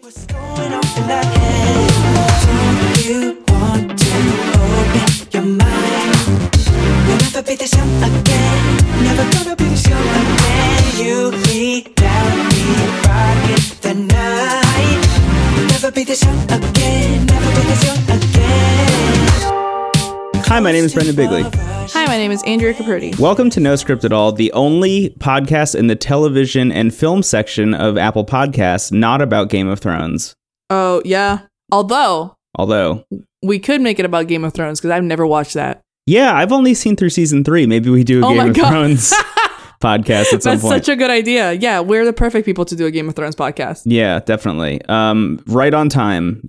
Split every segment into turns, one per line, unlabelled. What's going on in that head? Do you want to open your mind? You'll never be the same again. Never gonna be the same again. You lead down me, rocking the night. You'll never be the same again. Never be the same again.
Hi, my name is Brendan Bigley.
Hi, my name is Andrea Caprudi.
Welcome to No Script at All, the only podcast in the television and film section of Apple Podcasts not about Game of Thrones.
Oh, yeah. Although,
Although,
we could make it about Game of Thrones because I've never watched that.
yeah, I've only seen through season three. Maybe we do a
Oh
Game
my
of
God.
Thrones podcast at some
That's
point.
such a good idea. Yeah, we're the perfect people to do a Game of Thrones podcast.
yeah, definitely. Um, right on time.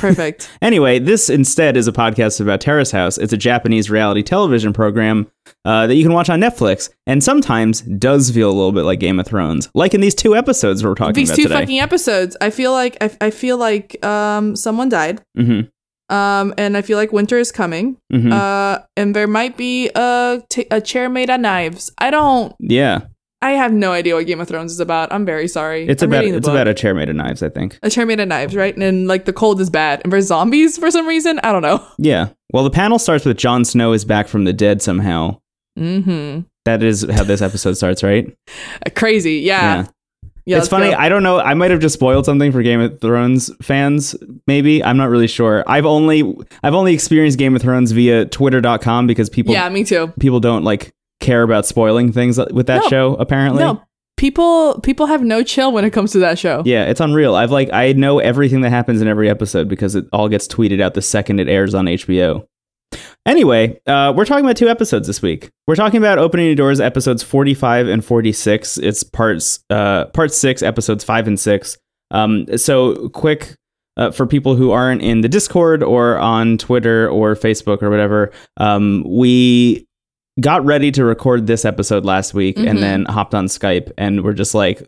Perfect.
Anyway, this instead is a podcast about Terrace House. It's a Japanese reality television program uh, that you can watch on Netflix, and sometimes does feel a little bit like Game of Thrones, like in these two episodes we're talking
These
about
two
today.
fucking episodes, I feel like I, I feel like um someone died.
Mhm.
Um, and I feel like winter is coming.
Mhm.
Uh, and there might be a t- a chair made out of knives. I don't.
yeah,
I have no idea what Game of Thrones is about. I'm very sorry.
it's
I'm
about
reading the
it's
book.
about a chair made of knives, I think.
a chair made of knives, right? And then, like the cold is bad, and for zombies for some reason, I don't know.
Yeah. Well, the panel starts with Jon Snow is back from the dead somehow.
Mm-hmm.
That is how this episode starts, right?
Crazy, yeah.
Yeah.
yeah.
it's
let's
funny.
go.
I don't know. I might have just spoiled something for Game of Thrones fans. Maybe I'm not really sure. I've only I've only experienced Game of Thrones via Twitter.com because people
yeah, me too.
people don't like care about spoiling things with that
No.
show. Apparently,
No, people people have no chill when it comes to that show.
yeah, it's unreal. I've like I know everything that happens in every episode because it all gets tweeted out the second it airs on HBO. Anyway, uh, we're talking about two episodes this week. We're talking about Opening New Doors episodes 45 and 46. It's parts uh, part six, episodes five and six. Um, so quick uh, for people who aren't in the Discord or on Twitter or Facebook or whatever, um, we got ready to record this episode last week and
Mhm.
then hopped on Skype and we're just like,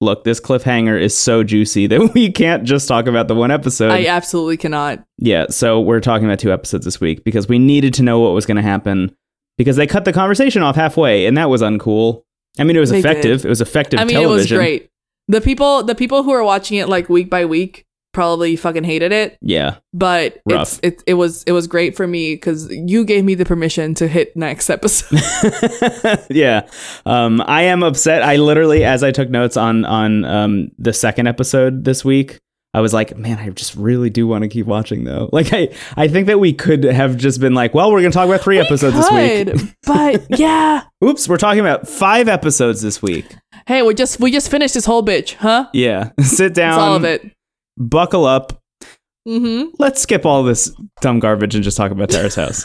look, this cliffhanger is so juicy that we can't just talk about the one episode.
I uh, absolutely cannot.
Yeah, so we're talking about two episodes this week because we needed to know what was going to happen because they cut the conversation off halfway and that was uncool. I mean, it was
They did.
effective. It was effective
I mean, it was
television.
great. The people the people who are watching it like week by week probably fucking hated it,
Yeah,
but
Rough.
it's it it was it was great for me because you gave me the permission to hit next episode.
yeah. Um, I am upset. I literally, as I took notes on on um, the second episode this week, I was like, man, I just really do want to keep watching though. Like, I I think that we could have just been like, well, we're going to talk about three episodes this week.
Good, but yeah.
Oops, we're talking about five episodes this week.
Hey, we just we just finished this whole bitch, huh?
Yeah, sit down.
That's all of it.
Buckle up.
Mm-hmm.
let's skip all this dumb garbage and just talk about Tara's house.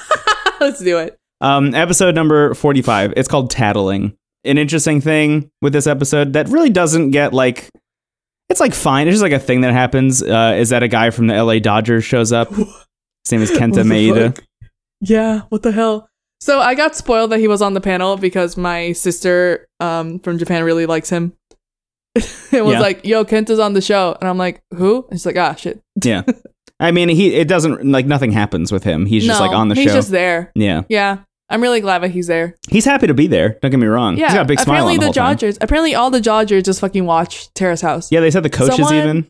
Let's do it.
Um, episode number 45. It's called Tattling. An interesting thing with this episode that really doesn't get like it's like fine. It's just like a thing that happens uh, is that a guy from the LA Dodgers shows up. His name is
What the
Kenta Maeda.
fuck? Yeah, what the hell? So I got spoiled that he was on the panel because my sister um, from Japan really likes him. it was
Yeah.
like, yo, Kenta's on the show. And I'm like, who? And she's like, ah, shit.
Yeah. I mean, he it doesn't like nothing happens with him. He's just
No,
like on the
he's
show.
just there.
yeah.
Yeah. I'm really glad that he's there.
He's happy to be there. Don't get me wrong.
Yeah.
He's got a big smile
apparently
on the, whole time.
Dodgers, apparently all the Dodgers just fucking watch Terrace House.
Yeah, they said the coaches
Someone-
even.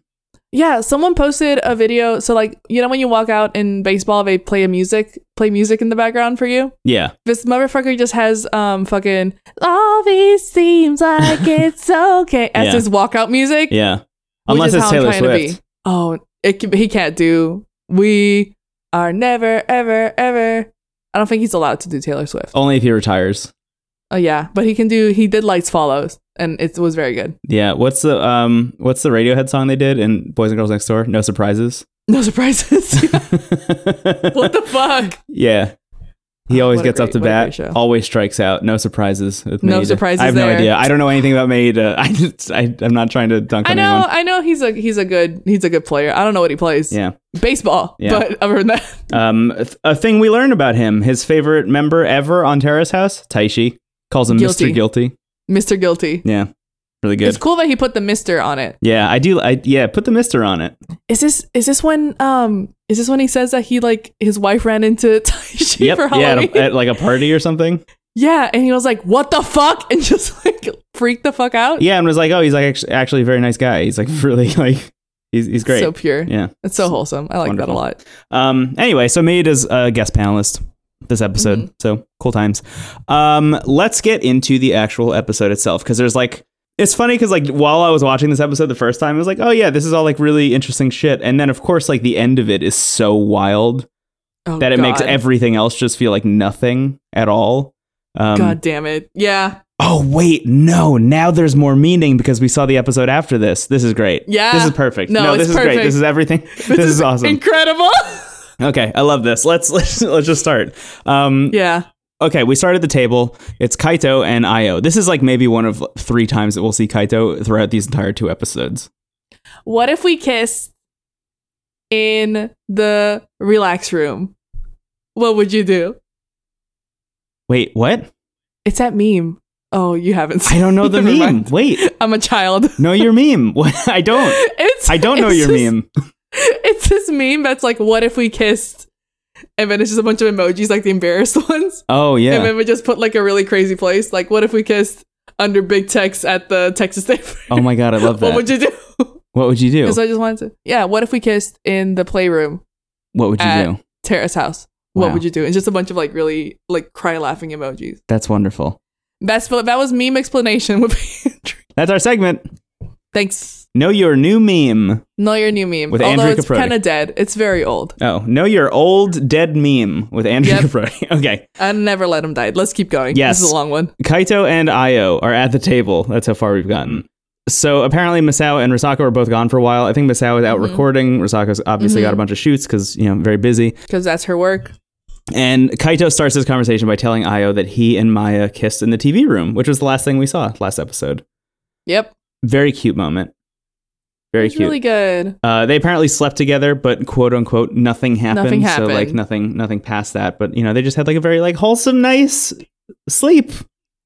Yeah, someone posted a video. So like, you know when you walk out in baseball, they play a music, play music in the background for you?
Yeah.
This motherfucker just has um fucking all these seems like it's okay as
Yeah.
his walkout music.
Yeah.
which
Unless
is
it's
how I'm
Taylor
trying to
Swift.
be. Oh, it can, he can't do. We are never ever ever. I don't think he's allowed to do Taylor Swift. Oh,
Only if he retires.
yeah, but he can do. He did lights follows, and it was very good.
Yeah, what's the um what's the Radiohead song they did in Boys and Girls Next Door? No surprises.
No surprises. what the fuck?
yeah. He
Oh,
always
what a
gets up
great-
to
what a great
bat,
show.
always strikes out, no surprises. with
No
Maida.
surprises
I have no
there.
idea. I don't know anything about Maida. I just, I I'm not trying to dunk
I
on
know.
anyone.
I know he's a he's a good he's a good player. I don't know what he plays.
Yeah.
Baseball.
Yeah.
But other than that,
Um a th- a thing we learned about him, his favorite member ever on Terrace House, Taishi, calls him
Guilty.
Mr. Guilty.
Mr. Guilty.
Yeah. Really good.
It's cool that he put the Mister on it.
yeah, I do I yeah, put the Mr. on it.
Is this is this when um is this when he says that he like his wife ran into Taishi
Yep.
for
Yeah, at,
Halloween?
a, at like a party or something.
yeah, and he was like, "What the fuck?" and just like freaked the fuck out.
Yeah, and was like, oh, he's like act- actually a very nice guy. He's like really like He's, he's great.
So pure.
yeah.
It's so wholesome. I like
Wonderful.
that a lot.
Um, anyway, so Maid is a guest panelist this episode.
Mm-hmm.
So cool times. Um, let's get into the actual episode itself because there's like it's funny because like while I was watching this episode the first time, I was like, oh yeah, this is all like really interesting shit. And then of course like the end of it is so wild
Oh,
that it makes
God.
everything else just feel like nothing at all. Um,
God damn it. Yeah.
Oh wait, no! Now there's more meaning because we saw the episode after this. This is great.
Yeah.
this is perfect.
No,
this
it's
is great.
perfect.
This is everything. This, is, awesome.
Incredible.
Okay, I love this. Let's let's let's just start. Um,
yeah.
Okay, we start at the table. It's Kaito and Io. This is like maybe one of three times that we'll see Kaito throughout these entire two episodes.
What if we kiss in the relax room? What would you do?
Wait, what?
It's that meme. Oh, you haven't
I
seen
don't know the
Never
meme.
mind.
Wait,
I'm a child.
know your meme. What? I don't.
It's
I don't know
it's
your
this-
meme.
It's this meme that's like, what if we kissed? And then it's just a bunch of emojis, like the embarrassed ones.
Oh
And
yeah.
then we just put like a really crazy place. Like, what if we kissed under big text at the Texas State Fair?
Oh my god, I love
What
that.
would you do?
What would you do?
Because I just wanted to. Yeah, what if we kissed in the playroom,
What would you
at-
do?
terrace house? What
Wow.
would you do? And just a bunch of like really like cry laughing emojis.
That's wonderful.
That's what that was meme explanation with Andrew.
That's our segment.
Thanks.
Know your new meme.
Know your new meme.
With
Although
Andrew
it's
Caproni.
kind of dead. It's very old.
Oh, know your old dead meme with Andrew
Yep.
Caproni. Okay.
I never let him die. Let's keep going.
Yes.
This is a long one.
Kaito and Io are at the table. That's how far we've gotten. So apparently Masao and Risako are both gone for a while. I think Masao is out
Mm-hmm.
recording. Risako's obviously got a bunch of shoots because, you know, very busy.
Because that's her work.
And Kaito starts this conversation by telling Io that he and Maya kissed in the TV room, which was the last thing we saw last episode.
Yep.
Very cute moment. Very
It's
cute.
really good.
Uh, they apparently slept together, but quote unquote nothing happened.
Nothing
So like
happened.
nothing, nothing past that. But you know, they just had like a very like wholesome, nice sleep.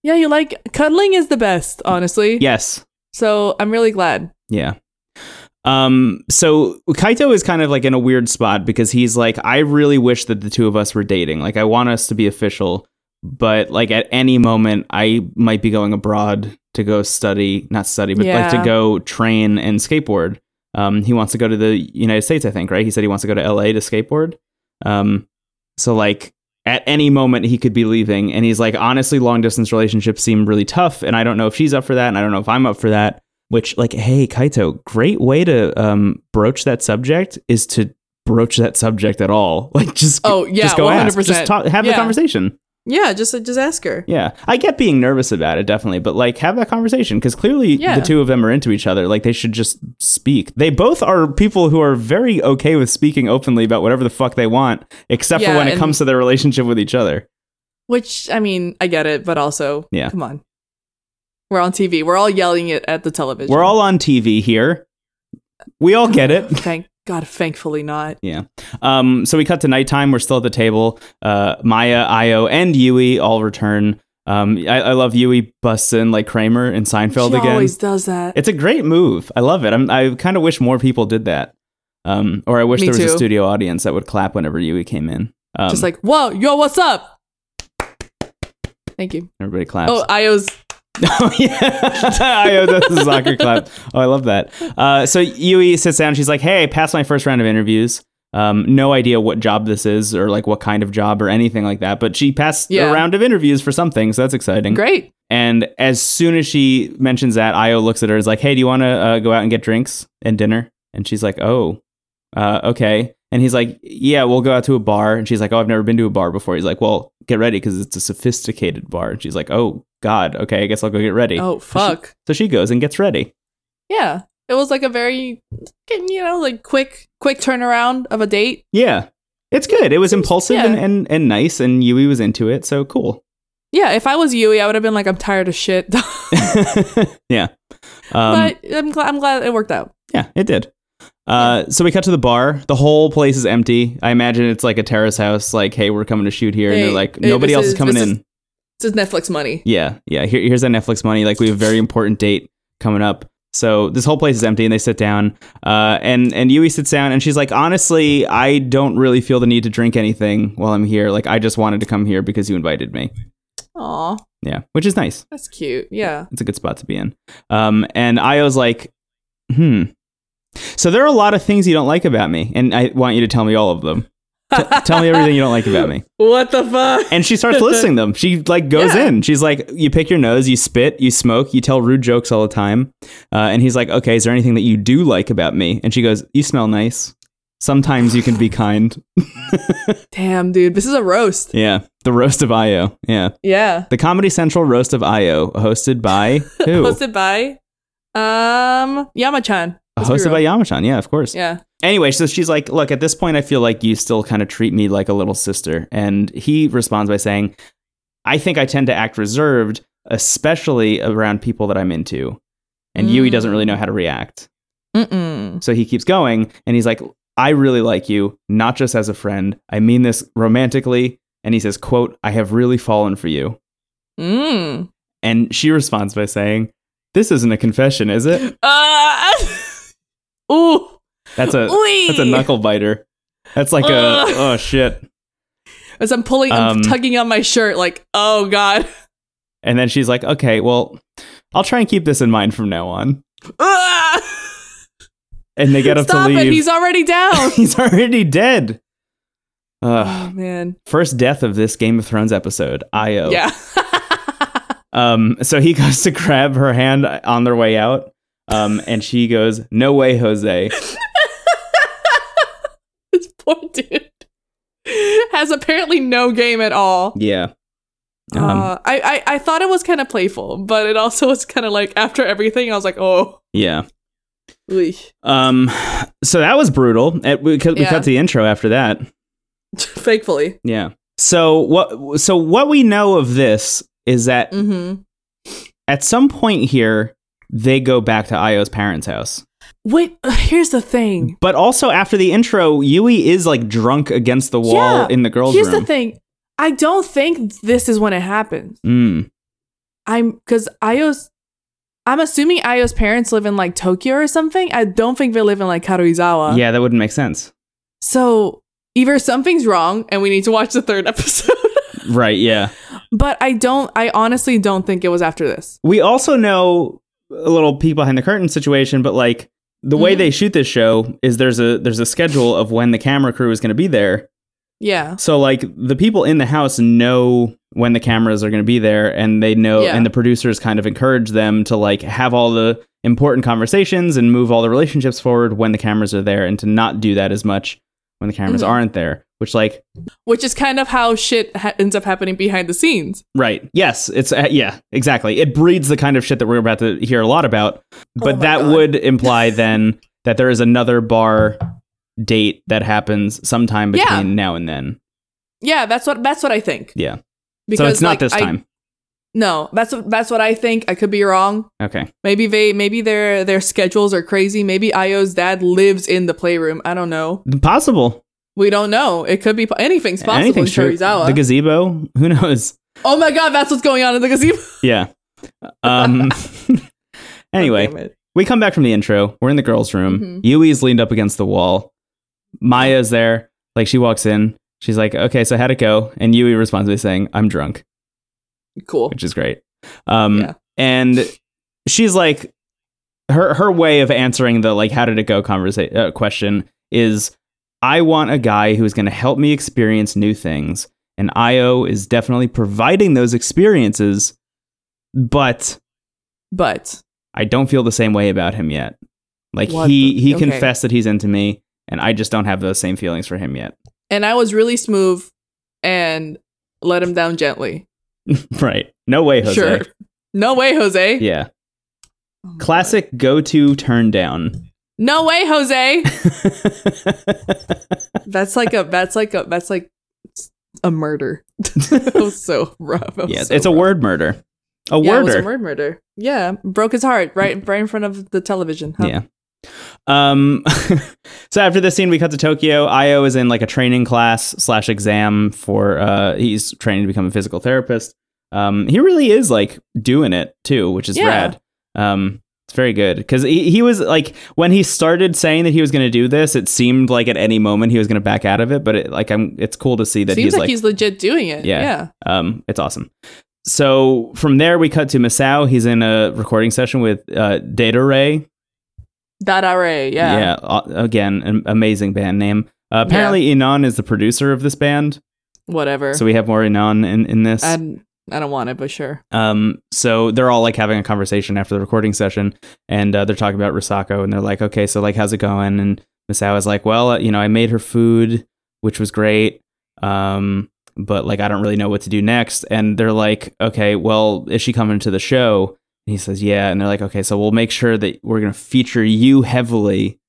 Yeah, you like cuddling is the best, honestly.
Yes.
So I'm really glad.
Yeah. Um, so Kaito is kind of like in a weird spot because he's like, I really wish that the two of us were dating. Like, I want us to be official, but like at any moment, I might be going abroad to go study, not study, but like to
Yeah.
go train and skateboard. Um, he wants to go to the United States, I think, right? He said he wants to go to LA to skateboard. Um, so like at any moment he could be leaving, and he's like, honestly, long distance relationships seem really tough, and I don't know if she's up for that, and I don't know if I'm up for that which like hey kaito great way to um broach that subject is to broach that subject at all like just
Oh, yeah,
just go ask
100%.
just talk, have the
Yeah.
conversation
Yeah, just just ask her.
yeah i get being nervous about it definitely but like have that conversation because clearly
Yeah.
the two of them are into each other like they should just speak they both are people who are very okay with speaking openly about whatever the fuck they want except for
Yeah,
when it
and-
comes to their relationship with each other
Which I mean, I get it, but also,
Yeah.
come on. We're on TV. We're all yelling it at the television.
we're all on tv here we all get it
Thank God, thankfully not.
Yeah. Um, so we cut to nighttime. We're still at the table. Uh, Maya, Io, and Yui all return. Um, I, I love Yui busts in like Kramer and Seinfeld
she
again.
always does that.
It's a great move. I love it. I'm, I kind of wish more people did that. Um, or I wish
Me
there was a
too.
studio audience that would clap whenever Yui came in. Um,
just like, whoa, yo, what's up? Thank you.
everybody claps.
Oh, Io's.
Oh yeah, Io does the soccer clap. Oh, I love that. Uh, so Yui sits down. She's like, "Hey, I passed my first round of interviews. Um, no idea what job this is, or like what kind of job, or anything like that. But she passed
Yeah.
a round of interviews for something, so that's exciting.
Great.
And as soon as she mentions that, Io looks at her and is like, "Hey, do you want to uh, go out and get drinks and dinner?" And she's like, "Oh, uh, okay." And he's like, "Yeah, we'll go out to a bar." And she's like, "Oh, I've never been to a bar before." He's like, "Well, get ready because it's a sophisticated bar." And she's like, "Oh God, okay, I guess I'll go get ready."
Oh, fuck.
So she goes and gets ready.
Yeah. It was like a very, you know, like quick, quick turnaround of a date.
Yeah, it's good. It was impulsive
yeah.
and, and and nice, and Yui was into it. So cool.
Yeah. If I was Yui, I would have been like, I'm tired of shit.
yeah. Um,
but I'm glad, I'm glad it worked out.
Yeah, it did. Uh, So we cut to the bar. The whole place is empty. I imagine it's like a terrace house. Like, hey, we're coming to shoot here, and
Hey,
they're like,
hey,
nobody
this
else is,
is-
coming
this
in.
is- It's just Netflix money.
yeah, yeah. Here, here's that Netflix money. Like, we have a very important date coming up. So this whole place is empty, and they sit down. Uh, and and Yui sits down, and she's like, honestly, I don't really feel the need to drink anything while I'm here. Like, I just wanted to come here because you invited me.
Aw,
Yeah, which is nice.
that's cute. Yeah.
It's a good spot to be in. Um, and Io's like, hmm, So there are a lot of things you don't like about me, and I want you to tell me all of them. T- tell me everything you don't like about me.
What the fuck?
And she starts listing them. She like goes
Yeah.
in. She's like, you pick your nose, you spit, you smoke, you tell rude jokes all the time. Uh, and he's like, okay, is there anything that you do like about me? And she goes, you smell nice. Sometimes you can be kind.
Damn, dude, this is a roast.
Yeah, the roast of Io. Yeah,
Yeah.
the Comedy Central roast of Io, hosted by who? Uh,
Hosted by um Yamachan. Let's be
hosted by
real.
Yamachan. Yeah, of course.
Yeah.
Anyway, so she's like, Look, at this point, I feel like you still kind of treat me like a little sister. And he responds by saying, I think I tend to act reserved, especially around people that I'm into. And Yui
Mm.
doesn't really know how to react.
Mm-mm.
So he keeps going and he's like, I really like you, not just as a friend. I mean this romantically. And he says, quote, I have really fallen for you.
Mm.
And she responds by saying, This isn't a confession, is it?
Uh, ooh.
That's a
Ooh.
that's a knuckle biter. That's like a
Ugh.
oh shit.
As I'm pulling, I'm
Um,
tugging on my shirt, like, oh god.
And then she's like, okay, well, I'll try and keep this in mind from now on.
Ah!
And they get up
Stop
to leave.
it! He's already down.
He's already dead. Ugh.
oh man.
first death of this Game of Thrones episode, Io.
Yeah.
Um, so he goes to grab her hand on their way out. Um, and she goes, no way, Jose.
this poor dude has apparently no game at all.
Yeah. Um,
uh, I, I I thought it was kind of playful, but it also was kind of like after everything, I was like, oh,
yeah.
eesh.
Um, so that was brutal. It, we, cut we
Yeah.
cut to the intro after that.
thankfully.
Yeah. So what, so what we know of this is that
Mm-hmm.
at some point here, they go back to Io's parents' house.
Wait, uh, here's the thing.
But also after the intro, Yui is like drunk against the wall
Yeah,
in the girls'
here's
room.
the thing. I don't think this is when it happens.
Mm,
I'm because Io's. I'm assuming Io's parents live in like Tokyo or something. I don't think they live in like Karuizawa.
Hmm. yeah, that wouldn't make sense.
So either something's wrong and we need to watch the third episode.
Right, yeah.
but I don't. I honestly don't think it was after this.
We also know a little peek behind the curtain situation, but like the way
Mhm.
they shoot this show is there's a there's a schedule of when the camera crew is going to be there.
Yeah.
So like the people in the house know when the cameras are going to be there and they know
Yeah.
and the producers kind of encourage them to like have all the important conversations and move all the relationships forward when the cameras are there and to not do that as much when the cameras
Mhm.
aren't there, which like
Which is kind of how shit ha- ends up happening behind the scenes.
right. Yes, it's uh, yeah, exactly. It breeds the kind of shit that we're about to hear a lot about, but
Oh my
that
God.
would imply then that there is another bar date that happens sometime
Yeah.
between now and then.
Yeah, that's what that's what I think.
Yeah. so it's not
like,
this
I-
time.
no, that's what that's what I think. I could be wrong.
okay.
Maybe they maybe their their schedules are crazy. Maybe Io's dad lives in the playroom. I don't know.
Possible.
We don't know. It could be anything's possible
Anything's
in
true.
Chorizawa.
The gazebo, who knows?
oh my god, that's what's going on in the gazebo.
Yeah. Um. anyway,
Damn it.
we come back from the intro. We're in the girls' room.
Mhm.
Yui's leaned up against the wall. Maya's there. Like she walks in. She's like, "Okay, so how'd it go?" And Yui responds by saying, "I'm drunk,"
cool.
which is great. Um.
Yeah.
And she's like, her her way of answering the like, "How did it go?" conversation uh, question is, "I want a guy who is going to help me experience new things." And Io is definitely providing those experiences, but
But
I don't feel the same way about him yet. Like
What
he
the-
he
okay.
confessed that he's into me, and I just don't have those same feelings for him yet.
and I was really smooth and let him down gently.
right? No way, Jose.
Sure. No way, Jose.
Yeah.
Oh my
Classic go-to turn down.
God. No way, Jose. that's like a that's like a that's like a murder. that was so rough. That was
yeah,
Oh, so
it's a
rough.
word murder. A
Yeah, it was
worder.
a word murder. Yeah, broke his heart right right in front of the television. huh?
Yeah. Um. so after this scene, we cut to Tokyo. Io is in like a training class slash exam for. Uh, he's training to become a physical therapist. Um, he really is like doing it too, which is
Yeah.
rad. Um, it's very good because he, he was like when he started saying that he was going to do this, it seemed like at any moment he was going to back out of it. But it, like I'm, it's cool to see that
Seems
he's
like,
like,
he's legit doing it.
Yeah.
yeah.
um, it's awesome. So from there, we cut to Masao. He's in a recording session with uh, Data Ray,
That Array, yeah.
Yeah. a- Again, an amazing band name. Uh, apparently, Inan is the producer of this band,
Whatever.
so we have more Inan in, in this.
I I don't want it, but sure.
Um, so they're all like having a conversation after the recording session, and uh, they're talking about Risako, and they're like, "Okay, so like, how's it going?" And Misawa's like, "Well, uh, you know, I made her food, which was great, um, but like, I don't really know what to do next." And they're like, "Okay, well, is she coming to the show?" And he says, "Yeah," and they're like, "Okay, so we'll make sure that we're gonna feature you heavily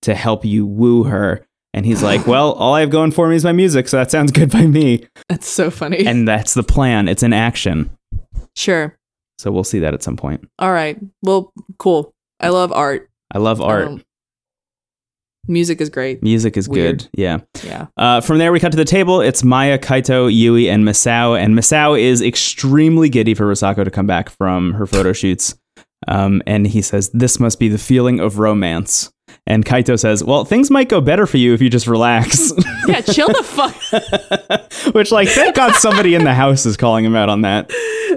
to help you woo her." And he's like, "Well, all I have going for me is my music, so that sounds good by me."
That's so funny.
And that's the plan. It's an action.
sure.
So we'll see that at some point.
All right. Well, cool. I love art.
I love art.
Um, music is great.
Music is
weird.
good. Yeah.
Yeah.
Uh, from there, we cut to the table. It's Maya, Kaito, Yui, and Masao. And Masao is extremely giddy for Rosako to come back from her photo shoots. Um, and he says, This must be the feeling of romance. And Kaito says, Well, things might go better for you if you just relax.
Yeah, chill the fuck.
Which, like, thank God somebody in the house is calling him out on that.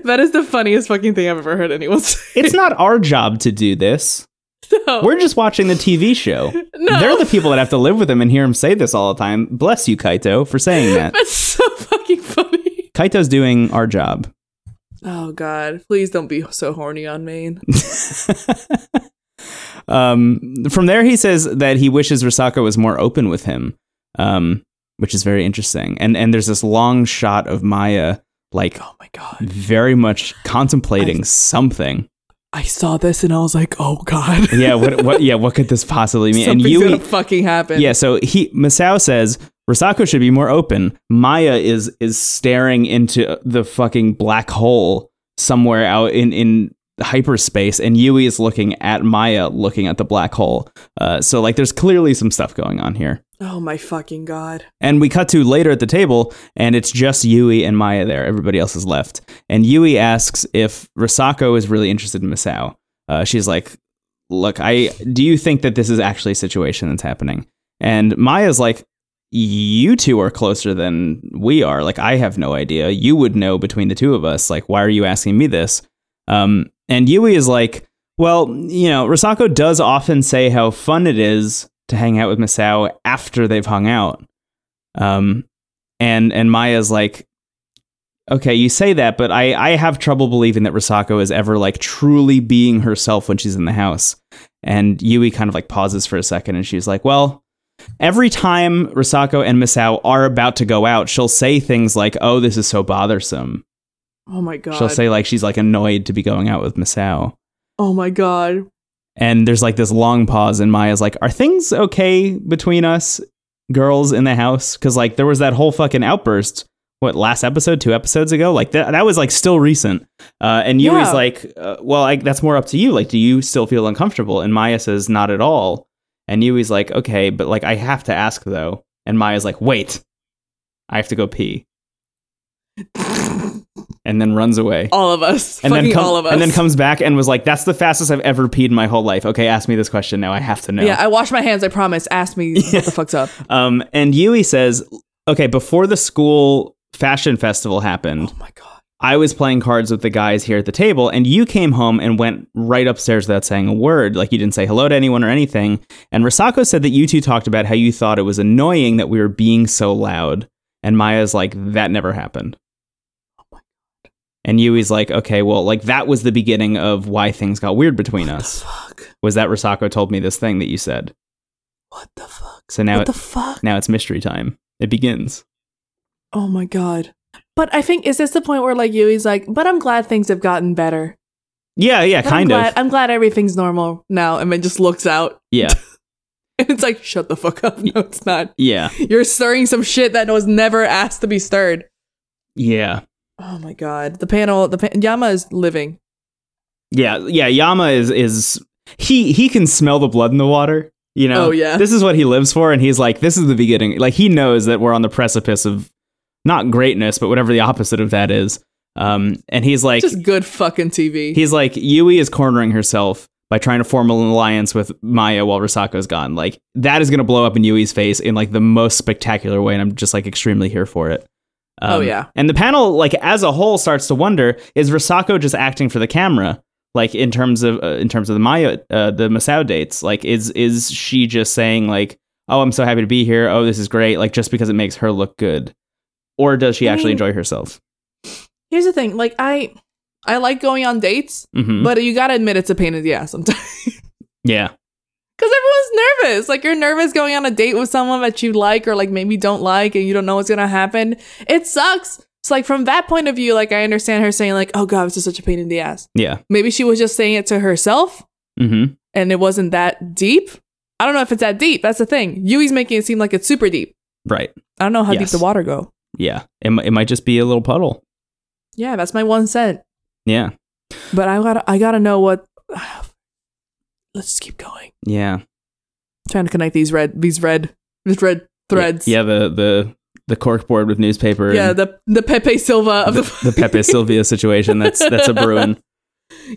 that is the funniest fucking thing I've ever heard anyone say.
It's not our job to do this.
No.
We're just watching the TV show.
No.
They're the people that have to live with him and hear him say this all the time. Bless you, Kaito, for saying that.
That's so fucking funny.
Kaito's doing our job.
Oh god, please don't be so horny on Maine.
Um, from there, he says that he wishes Risako was more open with him, um, which is very interesting. And and there's this long shot of Maya like
Oh my god.
very much contemplating something.
I saw this and I was like, "Oh god."
Yeah, what what yeah what could this possibly mean?
Something's
and
gonna
Yui,
fucking happen.
yeah. So he Masao says Risako should be more open. Maya is is staring into the fucking black hole somewhere out in in hyperspace, and Yui is looking at Maya, looking at the black hole. Uh, so like, there's clearly some stuff going on here.
Oh my fucking god.
And we cut to later at the table, and it's just Yui and Maya there. Everybody else is left. And Yui asks if Risako is really interested in Masao. Uh, she's like, Look, I do you think that this is actually a situation that's happening? And Maya's like, You two are closer than we are. Like, I have no idea. You would know between the two of us. Like, why are you asking me this? Um, and Yui is like, well, you know, Risako does often say how fun it is to hang out with Masao after they've hung out. Um, and and Maya's like, okay, you say that, but I I have trouble believing that Risako is ever like truly being herself when she's in the house. And Yui kind of like pauses for a second, and she's like, well. Every time Risako and Misao are about to go out, she'll say things like, "Oh, this is so bothersome."
Oh my god.
She'll say like she's like annoyed to be going out with Misao.
"Oh my god."
And there's like this long pause, and Maya's like, Are things okay between us girls in the house? Because like there was that whole fucking outburst, what, last episode, two episodes ago? Like that, that was like still recent. Uh, and Yui's
Yeah.
like, uh, Well, like that's more up to you. Like, do you still feel uncomfortable? And Maya says, Not at all. And Yui's like, Okay, but like I have to ask though. And Maya's like, Wait, I have to go pee. and then runs away
All of us. fucking
then come-
all of us.
And then comes back and was like, "That's the fastest I've ever peed in my whole life." Okay, ask me this question now. I have to know.
Yeah, I wash my hands, I promise. Ask me what the fuck's up.
um, and Yui says, "Okay, before the school fashion festival happened,
Oh my god.
I was playing cards with the guys here at the table, and you came home and went right upstairs without saying a word. Like you didn't say hello to anyone or anything. And Risako said that you two talked about how you thought it was annoying that we were being so loud. And Maya's like, that never happened. And Yui's like, okay, well, like that was the beginning of why things got weird between us.
Fuck.
Was that Risako told me this thing that you said?
What the fuck?
So now,
what the
it,
fuck?
now it's mystery time. It begins.
Oh my god. But I think is this the point where like Yui's like, but I'm glad things have gotten better.
Yeah, yeah,
But I'm
kind
glad,
of.
I'm glad everything's normal now, and then just looks out,
Yeah,
and it's like, shut the fuck up. No, it's not.
yeah,
You're stirring some shit that was never asked to be stirred.
yeah.
Oh my god. The panel. The pan- Yama is living.
Yeah, yeah. Yama is is he he can smell the blood in the water. You know.
Oh, yeah.
This is what he lives for, and he's like, this is the beginning. Like he knows that we're on the precipice of not greatness, but whatever the opposite of that is. Um, and he's like,
just good fucking TV.
he's like, Yui is cornering herself by trying to form an alliance with Maya while Risako's gone. Like that is gonna blow up in Yui's face in like the most spectacular way, and I'm just like extremely here for it. Um,
Oh, yeah.
And the panel, like as a whole, starts to wonder: Is Risako just acting for the camera? like in terms of uh, in terms of the Maya uh, the Masao dates like is is she just saying like oh I'm so happy to be here oh this is great like just because it makes her look good or does she
I
actually
mean-
enjoy herself
Here's the thing, like I I like going on dates,
hmm
but you gotta admit it's a pain in the ass sometimes.
yeah
Because everyone's nervous. Like you're nervous going on a date with someone that you like or like maybe don't like and you don't know what's gonna happen. It sucks. It's like from that point of view, like I understand her saying, like, oh god, this is such a pain in the ass.
yeah
Maybe she was just saying it to herself
hmm
and it wasn't that deep. I don't know if it's that deep. That's the thing. Yui's making it seem like it's super deep.
right
I don't know how deep
Yes.
the water go.
yeah it, mi- it might just be a little puddle
Yeah, that's my one cent.
yeah
But I gotta I gotta know what let's just keep going.
yeah
trying to connect these red these red these red threads.
yeah the the the cork board with newspaper
Yeah,
and
the the Pepe Silva of
the
the,
Pepe Sylvia situation that's that's a Bruin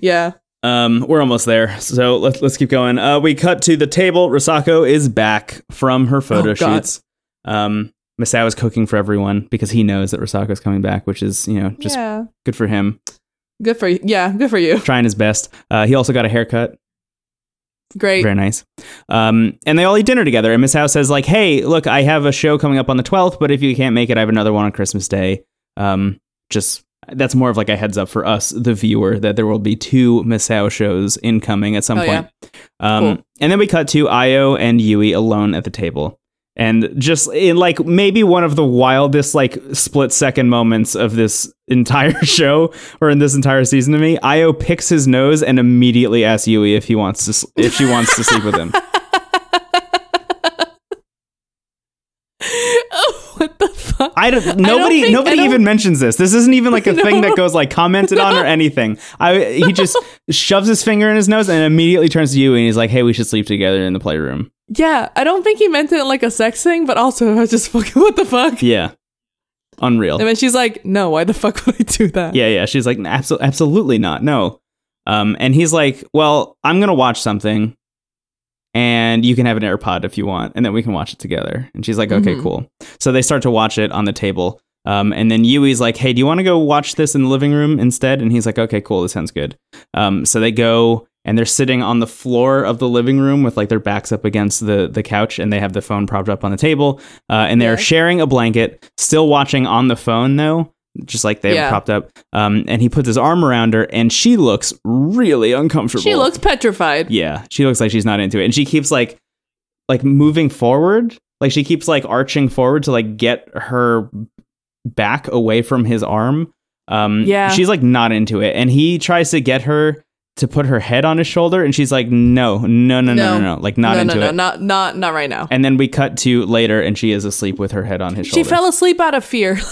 Yeah.
Um, we're almost there, so let's let's keep going. Uh, we cut to the table. Rosako is back from her photo
Oh, God.
shoots. Um, Masao is cooking for everyone because he knows that Rosako's coming back, which is you know just
yeah.
good for him,
Good for you. Yeah, good for you.
trying his best. Uh, he also got a haircut,
Great.
very nice. Um, and they all eat dinner together. And Masao says like, "Hey, look, I have a show coming up on the twelfth, but if you can't make it, I have another one on Christmas Day. Um, just." That's more of like a heads up for us, the viewer, that there will be two Masao shows incoming at some
Oh,
point.
yeah.
Um,
Cool.
And then we cut to Io and Yui alone at the table. And just in like maybe one of the wildest like split second moments of this entire show or in this entire season to me, Io picks his nose and immediately asks Yui if he wants to s- if she wants to sleep with him.
oh, what the fuck?
I don't. Nobody.
think- I
nobody
don't-
even mentions this. This isn't even like a thing
No.
that goes like commented on or anything. I he just shoves his finger in his nose and immediately turns to Yui and he's like, "Hey, we should sleep together in the playroom."
Yeah, I don't think he meant it like a sex thing, but also I was just fucking what the fuck.
Yeah, unreal.
And then she's like, "No, why the fuck would I do that?"
Yeah, yeah. She's like, Absol- absolutely not. No. Um, and he's like, well, I'm going to watch something and you can have an AirPod if you want. And then we can watch it together. And she's like, okay,
Mhm.
cool. So they start to watch it on the table. Um, and then Yui's like, hey, do you want to go watch this in the living room instead? And he's like, okay, cool. This sounds good. Um, so they go and they're sitting on the floor of the living room with like their backs up against the, the couch and they have the phone propped up on the table. Uh, and they're
Yeah.
sharing a blanket, still watching on the phone though, just like they
Yeah.
were propped up. Um, and he puts his arm around her and she looks really uncomfortable.
She looks petrified.
Yeah, she looks like she's not into it. And she keeps like like moving forward. Like she keeps like arching forward to like get her back away from his arm. Um
Yeah.
she's like not into it. And he tries to get her to put her head on his shoulder and she's like no, no, no, no, no,
No.
no, like not
no,
into
no, no,
it.
not not not right now.
And then we cut to later and she is asleep with her head on his
She
shoulder.
fell asleep out of fear.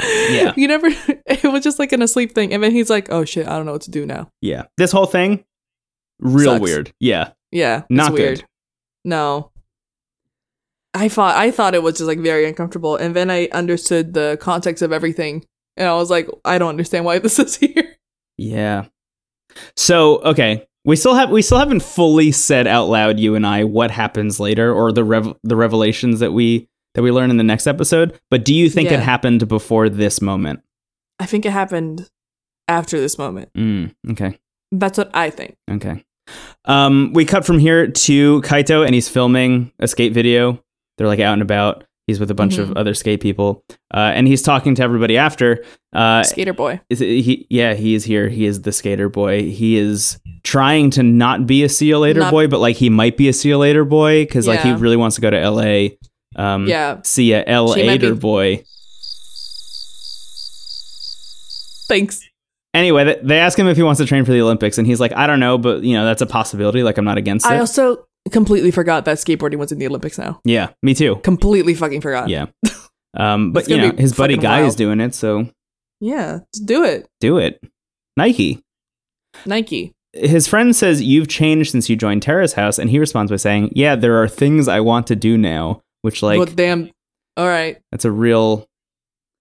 Yeah.
You never it was just like an asleep thing. And then he's like, Oh shit, I don't know what to do now.
yeah. This whole thing real
Sucks.
weird. Yeah.
Yeah. it's
Not
weird.
good.
No. I thought I thought it was just like very uncomfortable. And then I understood the context of everything. And I was like, I don't understand why this is here.
Yeah. So okay, we still have we still haven't fully said out loud you and I what happens later or the rev- the revelations that we that we learn in the next episode. But do you think
Yeah.
it happened before this moment?
I think it happened after this moment.
Mm, okay.
That's what I think.
Okay. Um, we cut from here to Kaito, and he's filming a skate video. They're like out and about. He's with a bunch of other skate people, uh, and he's talking to everybody after. Uh,
Skater boy.
is it- he yeah he is here he is the skater boy he is trying to not be a see you later
Not-
boy but like he might be a see you later boy because like he
Yeah.
really wants to go to la um
Yeah.
see ya la
She might be-
later boy
Thanks.
anyway th- they ask him if he wants to train for the olympics and he's like i don't know but you know that's a possibility like i'm not against it
I also completely forgot that skateboarding was in the Olympics now.
yeah me too
Completely fucking forgot.
yeah um but
It's
you
gonna
know
be
his buddy
fucking
guy is
wild.
doing it so
Yeah. Just do it.
do it nike
Nike.
his friend says you've changed since you joined Tara's house and he responds by saying yeah there are things i want to do now which like
well, damn. All right.
That's a real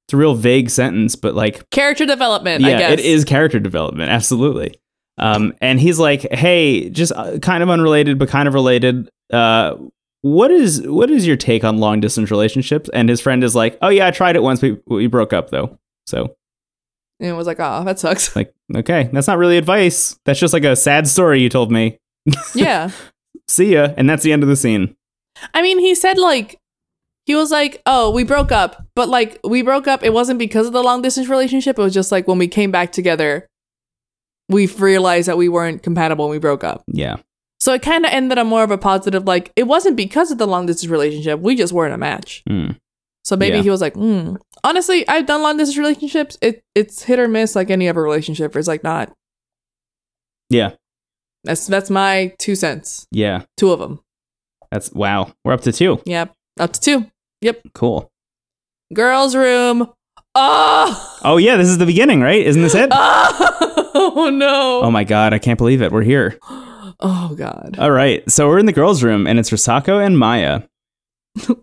it's a real vague sentence, but like
Character development, I
yeah,
guess.
it is character development, absolutely. Um and he's like, "Hey, just uh, kind of unrelated but kind of related, uh what is what is your take on long distance relationships?" And his friend is like, "Oh yeah, I tried it once, we we broke up though." So
And it was like, oh, that sucks.
Like, okay, that's not really advice. That's just like a sad story you told me.
yeah.
See ya. And that's the end of the scene.
I mean, he said like he was like, "Oh, we broke up." But like we broke up, it wasn't because of the long distance relationship. It was just like when we came back together, we realized that we weren't compatible and we broke up.
Yeah.
So it kind of ended up more of a positive like it wasn't because of the long distance relationship. We just weren't a match.
Hmm.
So maybe
Yeah.
he was like, "Hmm." Honestly, I've done long distance relationships. It it's hit or miss like any other relationship. It's like not.
Yeah.
That's that's my two cents.
Yeah.
Two of them.
That's wow. We're up to two.
Yep. Up to two.
Cool.
Girls room. Oh.
Oh yeah, this is the beginning, right? Isn't this it?
Oh
Oh
no!
my god, I can't believe it. We're here.
Oh, god,
All right. So we're in the girls' room and it's Risako and Maya.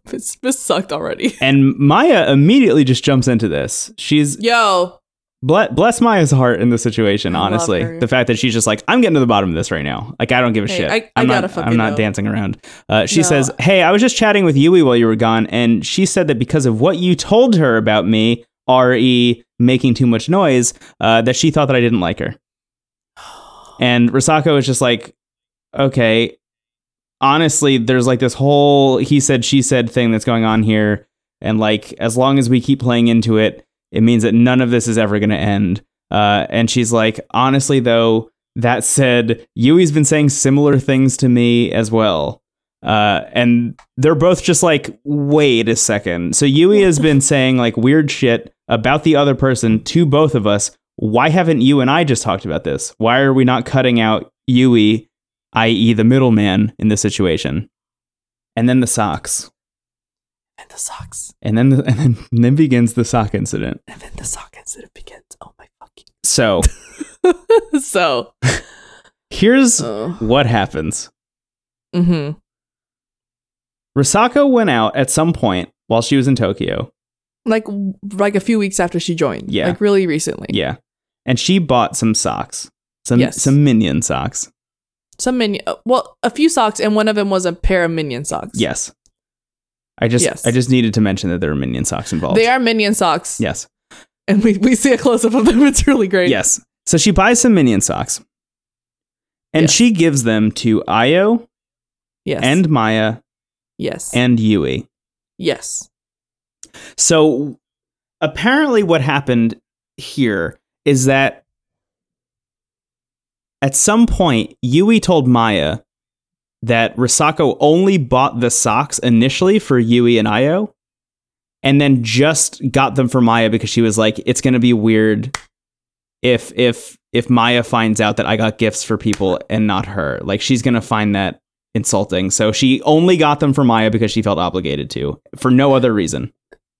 this, this sucked already.
And Maya immediately just jumps into this. She's
Yo,
ble- bless Maya's heart in the situation,
I love
honestly.
her.
The fact that she's just like, I'm getting to the bottom of this right now. Like I don't give a
Hey,
shit.
I- I
am
gotta
not
fucking
I'm not
know.
dancing around. Uh, she
No.
says, "Hey, I was just chatting with Yui while you were gone and she said that because of what you told her about me, RE making too much noise, uh, that she thought that I didn't like her." And Risako is just like, okay, honestly, there's like this whole he said, she said thing that's going on here. And like, as long as we keep playing into it, it means that none of this is ever going to end. Uh, and she's like, honestly, though, that said, Yui's been saying similar things to me as well. Uh, and they're both just like, wait a second. So Yui has been saying like weird shit about the other person to both of us. Why haven't you and I just talked about this? Why are we not cutting out Yui, i.e., the middleman in this situation? And then the socks.
and the socks,
And then, the, and then, and then begins the sock incident.
and then the sock incident begins. Oh my fucking.
So
So,
here's
oh.
what happens.
hmm
Risako went out at some point while she was in Tokyo.
like like a few weeks after she joined.
Yeah.
like really recently.
Yeah. And she bought some socks. Some
Yes.
some minion socks.
some minion. uh, Well, a few socks, and one of them was a pair of minion socks.
Yes. I just
Yes.
I just needed to mention that there were minion socks involved.
they are minion socks.
Yes.
and we we see a close up of them. It's really great.
Yes. So she buys some minion socks. And
Yes.
she gives them to Io
yes,
and Maya
yes,
and Yui.
yes.
So apparently, what happened here is that at some point, Yui told Maya that Risako only bought the socks initially for Yui and Io, and then just got them for Maya because she was like, "It's going to be weird if if if Maya finds out that I got gifts for people and not her. Like, she's going to find that." insulting. So she only got them for Maya because she felt obligated to for no other reason.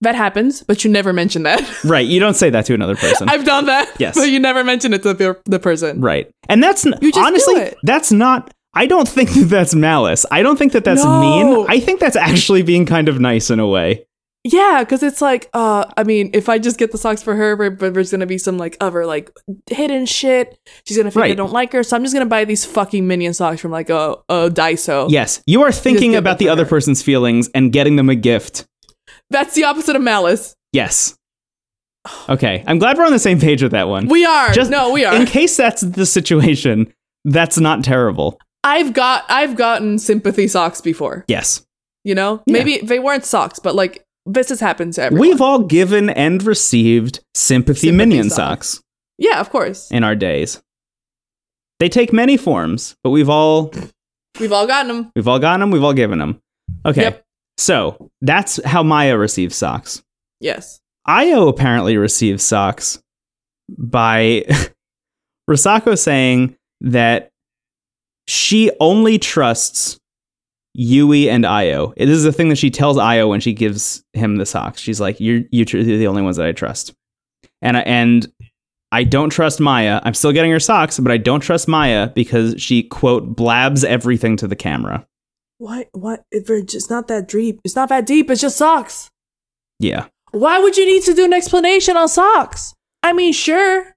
That happens, but you never mention that.
Right. You don't say that to another person.
I've done that.
Yes.
but you never mention it to the, the person.
right. And that's n-
You just do
honestly,
it.
that's not. I don't think that that's malice. I don't think that that's mean.
No.
I think that's actually being kind of nice in a way.
Yeah, because it's like, uh, I mean, if I just get the socks for her, but but there's gonna be some like other like hidden shit. She's gonna think I
Right.
don't like her, so I'm just gonna buy these fucking minion socks from like a a Daiso.
Yes, you are thinking
give
about
them
the
for
other
her.
person's feelings and getting them a gift.
that's the opposite of malice.
Yes. Okay, I'm glad we're on the same page with that one.
We are
Just-
no, we are.
in case that's the situation, that's not terrible.
I've got I've gotten sympathy socks before.
Yes.
You know,
Yeah.
maybe they weren't socks, but like this has happened to everyone.
We've all given and received sympathy,
Sympathy
minion
socks.
socks.
yeah, of course,
in our days. They take many forms, but we've all
we've all gotten them.
we've all gotten them, we've all given them. Okay.
Yep.
So, that's how Maya receives socks.
Yes,
Io apparently receives socks by Risako saying that she only trusts Yui and Io. This is the thing that she tells Io when she gives him the socks. She's like, "You're you tr- you're the only ones that I trust," and I, and I don't trust Maya. I'm still getting her socks, but I don't trust Maya because she quote blabs everything to the camera.
what what? It's not that deep. It's not that deep. It's just socks.
Yeah,
Why would you need to do an explanation on socks? I mean, sure.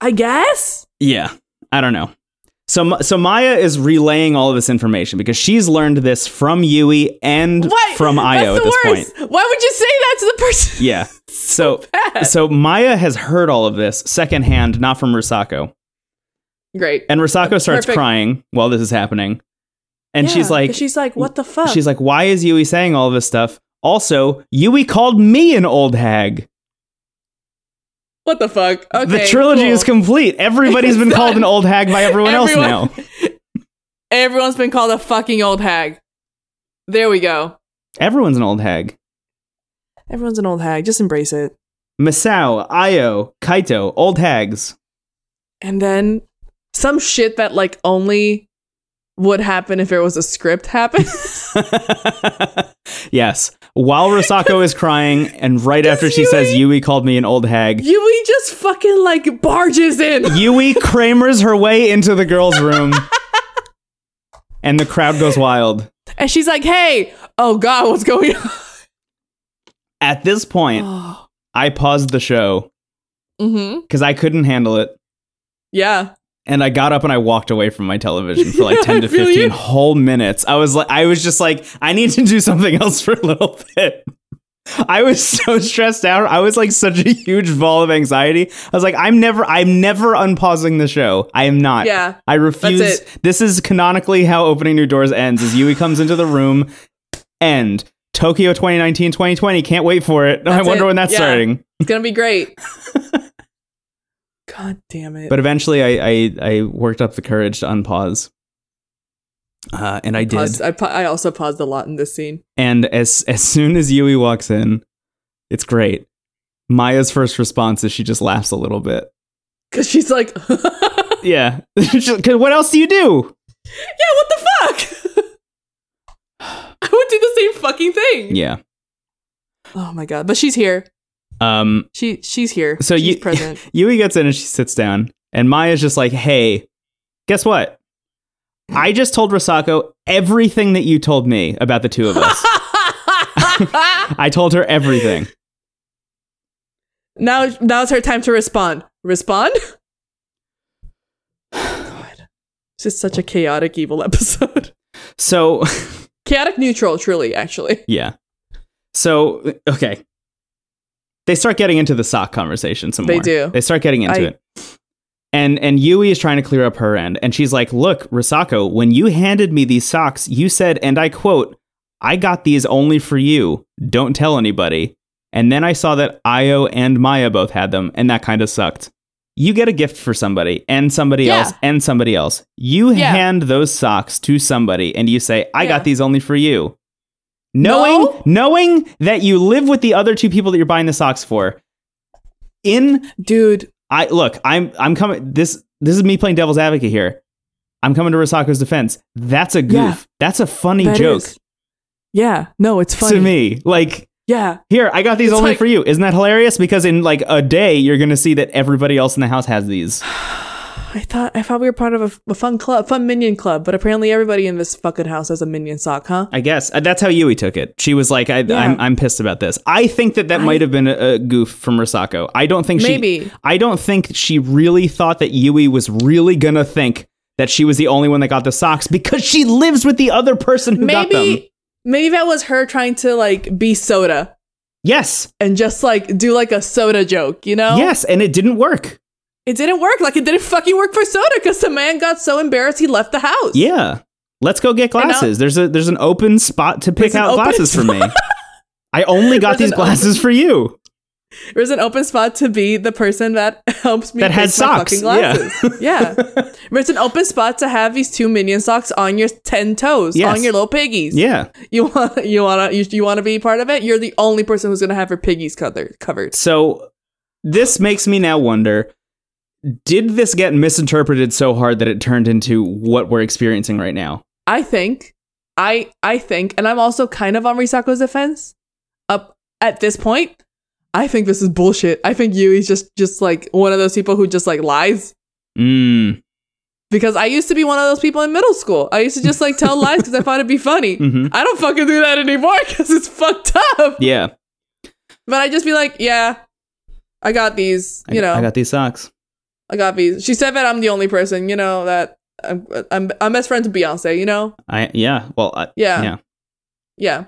I guess.
Yeah, I don't know. So, so Maya is relaying all of this information because she's learned this from Yui and
Why?
from Io at
That's the
this
worst.
point.
Why would you say that to the person?
Yeah, So, so Maya has heard all of this secondhand, not from Rusako.
Great.
And Rusako starts
Perfect.
crying while this is happening. And
Yeah,
she's like,
'cause she's like, what the fuck?
she's like, why is Yui saying all this stuff? Also, Yui called me an old hag.
what the fuck? Okay.
the trilogy
cool.
is complete. Everybody's been
It's
called an
done.
old hag by everyone, else now.
Everyone's been called a fucking old hag. There we go.
Everyone's an old hag.
Everyone's an old hag. Just embrace it.
Masao, Io, Kaito, old hags.
And then some shit that like only would happen if there was a script happen.
yes. While Rosako is crying, and right after she says, Yui called me an old hag,
Yui just fucking like barges in.
Yui Kramer's her way into the girls' room. and the crowd goes wild.
And she's like, hey, oh God, what's going on?
At this
Oh.
point, I paused the show
mm-hmm.
because I couldn't handle it.
Yeah.
And I got up and I walked away from my television for like
Yeah,
10 to
I feel
15
you.
whole minutes. I was like, I was just like, I need to do something else for a little bit. I was so stressed out. I was like such a huge ball of anxiety. I was like, I'm never, I'm never unpausing the show. I am not.
Yeah.
I refuse.
it.
This is canonically how opening new doors ends is Yui comes into the room, end. Tokyo 2019, 2020. Can't wait for it. I
That's
wonder
it.
when that's
Yeah.
starting.
It's gonna be great. God damn it.
But eventually I, I, I worked up the courage to unpause. Uh, and I did.
Paused- I, pa- I also paused a lot in this scene.
And as as soon as Yui walks in, it's great. Maya's first response is she just laughs a little bit.
Cause she's like, yeah, what
Yeah. 'Cause what else do you do?
the fuck? I would do the same fucking thing.
Yeah.
Oh my god. But she's here.
Um
She she's here.
So
she's
you-
present.
Yui gets in and she sits down and Maya's just like, "Hey, guess what? I just told Rosako everything that you told me about the two of us. I told her everything."
now now's her time to respond. Respond? God. This is such a chaotic evil episode.
So,
chaotic neutral, truly, actually.
yeah. So, okay. They start getting into the sock conversation some
They
more.
do.
They start getting into
I-
it. And and Yui is trying to clear up her end, and she's like, "Look, Risako, when you handed me these socks, you said, and I quote, I got these only for you. Don't tell anybody." And then I saw that Io and Maya both had them, and that kind of sucked. You get a gift for somebody, and somebody
Yeah.
else, and somebody else. You
Yeah.
hand those socks to somebody, and you say, "I
Yeah.
got these only for you." Knowing
No?
knowing that you live with the other two people that you're buying the socks for. In
Dude,
I look, I'm I'm coming this this is me playing devil's advocate here. I'm coming to Rosako's defense. That's a goof.
Yeah.
That's a funny
that
joke
is- Yeah. No, it's funny.
to me. Like,
Yeah.
here, I got these
It's
only
like-
for you. Isn't that hilarious? Because in like a day, you're gonna see that everybody else in the house has these.
I thought I thought we were part of a, a fun club, fun minion club, but apparently everybody in this fucking house has a minion sock, huh?
I guess Uh, that's how Yui took it. She was like, I,
Yeah.
I'm, I'm pissed about this. I think that that might have been a, a goof from Rosako. I don't think
Maybe.
she. I don't think she really thought that Yui was really gonna think that she was the only one that got the socks because she lives with the other person who got them.
Maybe maybe that was her trying to like be soda
Yes,
and just like do like a soda joke, you know?
yes, and it didn't work.
It didn't work. Like it didn't fucking work for soda because the man got so embarrassed he left the house.
Yeah, let's go get
And now-
glasses. There's a there's an open spot to pick
There's an
out
open
glasses for me. I only got
There's
these
an open-
glasses for you.
There's an open spot to be the person that helps me
That had
fix my
socks,
fucking glasses. Yeah. There's an open spot to have these two minion socks on your ten toes,
Yes.
on your little piggies.
Yeah.
You want you wanna you, you wanna be part of it? You're the only person who's gonna have her piggies covered covered.
So this makes me now wonder did this get misinterpreted so hard that it turned into what we're experiencing right now?
I think, I I think, and I'm also kind of on Risako's defense. Up at this point, I think this is bullshit. I think Yui's just just like one of those people who just like lies.
Mm.
Because I used to be one of those people in middle school. I used to just like tell lies because I thought it'd be funny.
Mhm.
I don't fucking do that anymore because it's fucked up.
Yeah.
But I just be like, yeah, I got these.
I
You
got-
know,
I got these socks.
these. She said that I'm the only person. You know that I'm I'm, I'm best friends with Beyonce. You know,
I yeah. Well, I,
Yeah.
Yeah.
Yeah.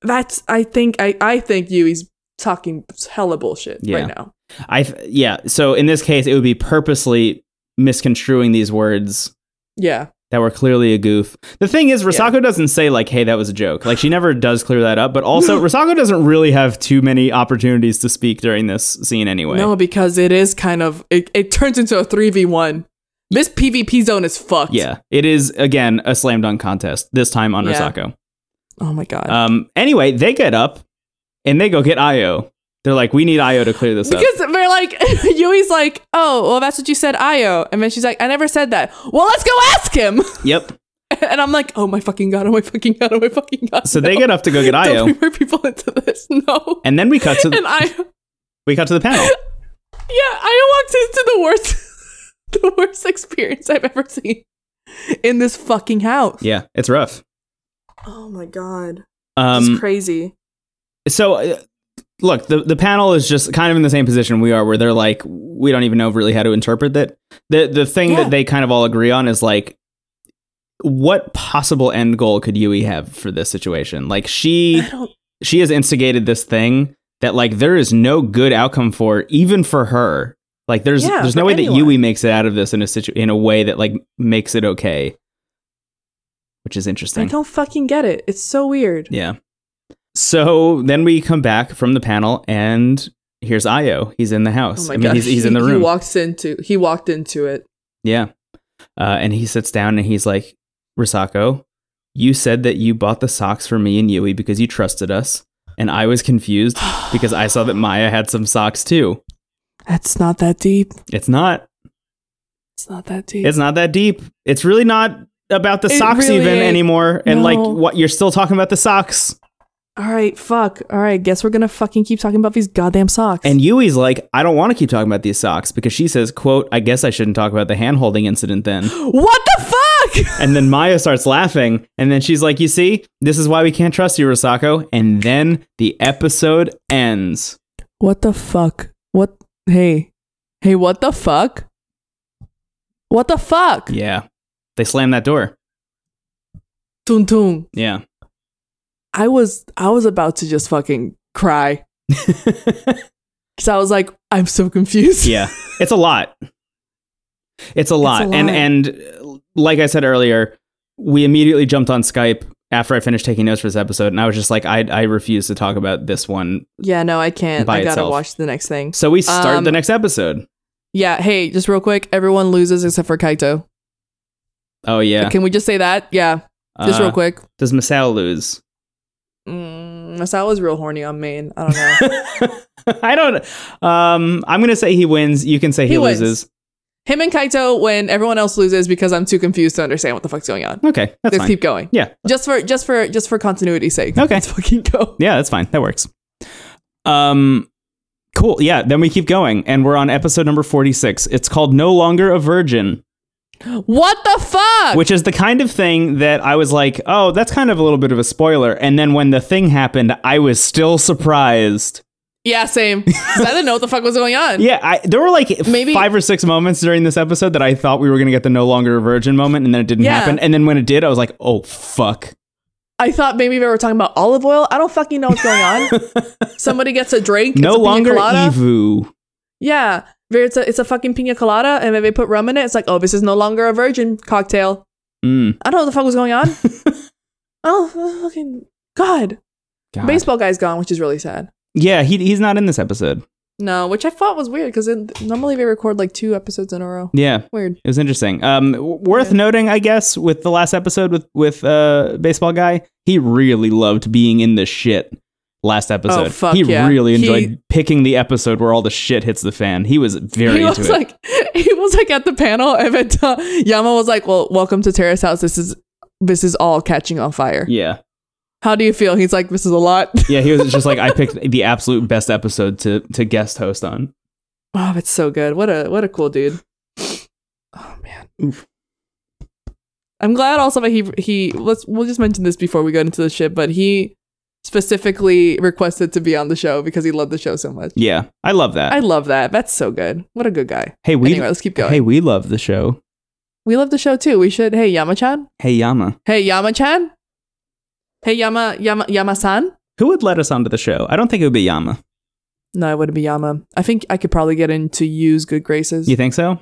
That's I think I I think Yui's talking hella bullshit
Yeah.
right now.
I th- yeah. So in this case, it would be purposely misconstruing these words
Yeah.
that were clearly a goof. The thing is, Risako doesn't say like, "Hey, that was a joke." Like she never does clear that up. But also, Risako doesn't really have too many opportunities to speak during this scene anyway.
No, because it is kind of it, it turns into a three v one. This PvP zone is fucked.
Yeah, it is again a slam dunk contest. This time on
Yeah.
Risako.
Oh my god.
Um. Anyway, they get up and they go get Io. They're like, "We need Io to clear this up."
because they're like Yui's like, oh well, that's what you said, Io, and then she's like, I never said that. Well, let's go ask him.
Yep.
And I'm like, oh my fucking god, oh my fucking god, oh my fucking god.
So they get up to go get
Don't
Io,
bring more people into this. No.
and then we cut to
And
the,
I, yeah,
we cut to the panel.
I walked into the worst, the worst experience I've ever seen in this fucking house.
Yeah, it's rough.
Oh my god, it's
Um.
crazy.
so uh, look the, the panel is just kind of in the same position we are where they're like we don't even know really how to interpret that the the thing
Yeah.
that they kind of all agree on is like what possible end goal could Yui have for this situation like she
I don't.
she has instigated this thing that like there is no good outcome for even for her like there's
Yeah,
there's no
for
way that
anyone.
Yui makes it out of this in a situ- in a way that like makes it okay which is
I
interesting
don't fucking get it. It's so weird.
yeah. So then we come back from the panel, and here's Io. He's in the house.
Oh my
I mean,
god,
he's, he's in the
He- He
room.
walks into. He walked into it.
yeah. Uh, and he sits down and he's like, Risako, you said that you bought the socks for me and Yui because you trusted us. And I was confused because I saw that Maya had some socks too.
That's not that deep.
It's not.
It's not that deep.
It's not that deep. It's really not about the
It
socks
really
even
ain't.
anymore. And like,
No.
what you're still talking about the socks.
All right, fuck. All right, guess we're gonna fucking keep talking about these goddamn socks.
And Yui's like, I don't want to keep talking about these socks because she says, quote, I guess I shouldn't talk about the hand holding incident then.
what the fuck?
And then Maya starts laughing. And then she's like, You see, this is why we can't trust you, Rosako. And then the episode ends.
What the fuck? What? Hey, hey, what the fuck? What the fuck?
Yeah. They slam that door.
Tung tung.
Yeah.
I was I was about to just fucking cry because I was like, I'm so confused.
yeah. It's a lot. It's a lot. And
lot.
and uh, like I said earlier, we immediately jumped on Skype after I finished taking notes for this episode. And I was just like, I, I refuse to talk about this one.
Yeah, no, I can't.
By
I gotta
itself.
watch the next thing.
So we start
Um,
the next episode.
Yeah. Hey, just real quick, everyone loses except for Kaito.
Oh yeah.
Can we just say that? Yeah. Just
Uh,
real quick.
Does Masao lose?
Mm, Masao was real horny on main. I don't know.
I don't. Um, I'm gonna say he wins. You can say he,
He wins.
loses.
Him and Kaito when everyone else loses because I'm too confused to understand what the fuck's going on.
Okay, that's
Let's
fine.
keep going.
yeah,
Just for just for just for continuity's sake.
Okay.
Let's fucking go.
yeah, that's fine. That works. Um, cool. Yeah. Then we keep going, and we're on episode number 46. It's called "No Longer a Virgin,"
What the fuck?
which is the kind of thing that I was like, "Oh, that's kind of a little bit of a spoiler." And then when the thing happened, I was still surprised.
yeah, same. 'Cause I didn't know what the fuck was going on.
Yeah, I, there were like
Maybe-
five or six moments during this episode that I thought we were going to get the no longer a virgin moment, and then it didn't
Yeah.
happen. And then when it did, I was like, oh, fuck.
I thought maybe they were talking about olive oil. I don't fucking know what's going on. Somebody gets a drink.
no
it's a pina
longer
colada.
Evu.
Yeah. There- It's a, it's a fucking pina colada, and then they put rum in it. It's like, oh, this is no longer a virgin cocktail.
Mm,
I don't know what the fuck was going on. oh, fucking God.
God.
Baseball guy's gone, which is really sad.
Yeah, he, he's not in this episode.
No, which I thought was weird because normally they record like two episodes in a row.
Yeah,
Weird.
it was interesting. Um, w- worth
Yeah.
noting, I guess, with the last episode with with uh baseball guy, he really loved being in the shit. Last episode,
Oh, fuck
he
yeah.
really
He-
enjoyed picking the episode where all the shit hits the fan. He was very
he
into
was
it.
like he was like at the panel and then uh, Yama was like, "Well, welcome to Terrace House. This is this is all catching on fire.
yeah,
How do you feel?" He's like, "This is a lot."
yeah, he was just like, I picked the absolute best episode to to guest host on.
oh, it's so good. What a what a cool dude. Oh man. I'm glad also that he he let's we'll just mention this before we go into the shit, but he specifically requested to be on the show because he loved the show so much.
Yeah, I love that.
I love that. That's so good. What a good guy.
hey, we
anyway, let's keep going.
hey we love the show.
We love the show too. We should. Hey Yama-chan.
Hey Yama,
Hey Yama-chan. Hey Yama Yama Yama-san.
who would let us onto the show? I don't think it would be Yama.
No, I wouldn't be Yama. I think I could probably get into Yu's good graces.
You think so?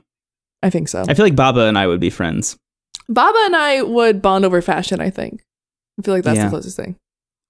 I think so.
I feel like Baba and I would be friends.
Baba and I would bond over fashion, I think. I feel like that's
Yeah.
the closest thing.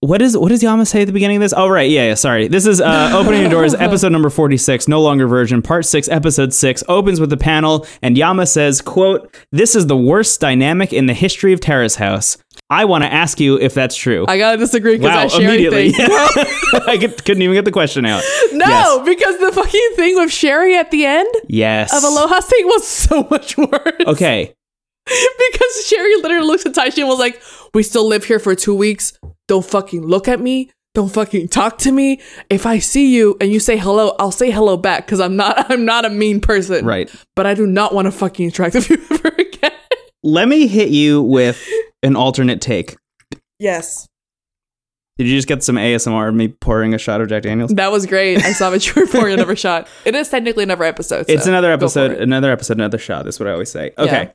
What is what does Yama say at the beginning of this? Oh right, yeah, yeah. Sorry, this is uh, opening your doors, episode number forty six, no longer virgin, part six, episode six. Opens with a panel, and Yama says, "quote This is the worst dynamic in the history of Terrace House. I want to ask you if that's true."
I gotta disagree because
wow,
I share
immediately.
anything.
I could, couldn't even get the question out.
no, because the fucking thing with Sherry at the end
Yes.
of Aloha State was so much worse.
Okay.
because Sherry literally looks at Taishin and was like, We still live here for two weeks. Don't fucking look at me. Don't fucking talk to me. If I see you and you say hello, I'll say hello back because I'm not I'm not a mean person.
Right.
But I do not want to fucking interact with you ever again.
Let me hit you with an alternate take.
Yes.
Did you just get some ASMR of me pouring a shot of Jack Daniels?
That was great. I saw that you were pouring another shot. It is technically another episode.
it's
so
another
go for
episode,
it.
another episode, another shot. That's what I always say. Okay.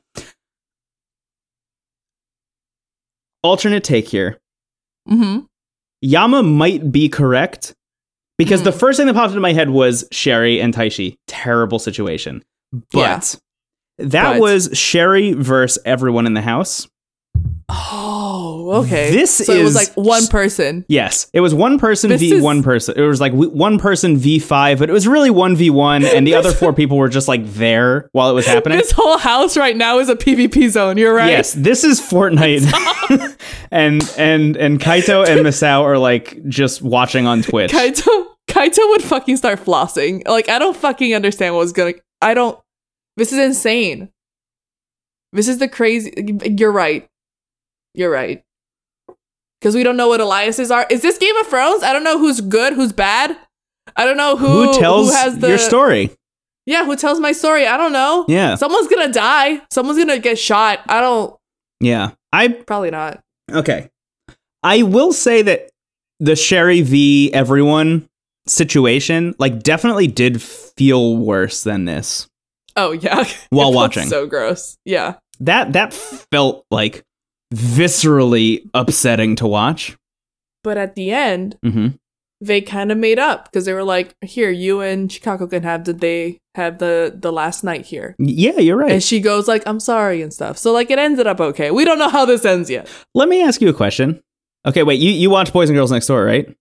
Alternate take here.
Mhm.
Yama might be correct because
Hmm.
the first thing that popped into my head was Sherry and Taishi. Terrible situation. But that
But-
was Sherry versus everyone in the house.
Oh, okay.
This
so it
is-
was like one person.
Yes, it was one person
This
v
is-
one person. It was like w- one person v five, but it was really one v one, and the other four people were just like there while it was happening.
This whole house right now is a PvP zone. You're right.
Yes, this is Fortnite, and and and Kaito and Misao are like just watching on Twitch.
Kaito Kaito would fucking start flossing. Like I don't fucking understand what was gonna I don't this is insane. This is the crazy you're right. You're right. Cause we don't know what alliances are. Is this Game of Thrones? I don't know who's good, who's bad. I don't know who
who tells
who has the
your story?
Yeah, who tells my story? I don't know.
Yeah.
Someone's gonna die. Someone's gonna get shot. I don't
Yeah, I
probably not.
okay. I will say that the Sherry v everyone situation like definitely did feel worse than this.
Oh yeah.
While
It felt
watching.
So gross. Yeah.
that that felt like viscerally upsetting to watch.
But at the end,
Mm-hmm.
they kind of made up because they were like, "Here, you and Chicago can have the day, have the the last night here."
Yeah, you're right.
And she goes like, "I'm sorry" and stuff. So like, it ended up okay. We don't know how this ends yet.
Let me ask you a question. Okay, wait. You you watch Boys and Girls Next Door, right?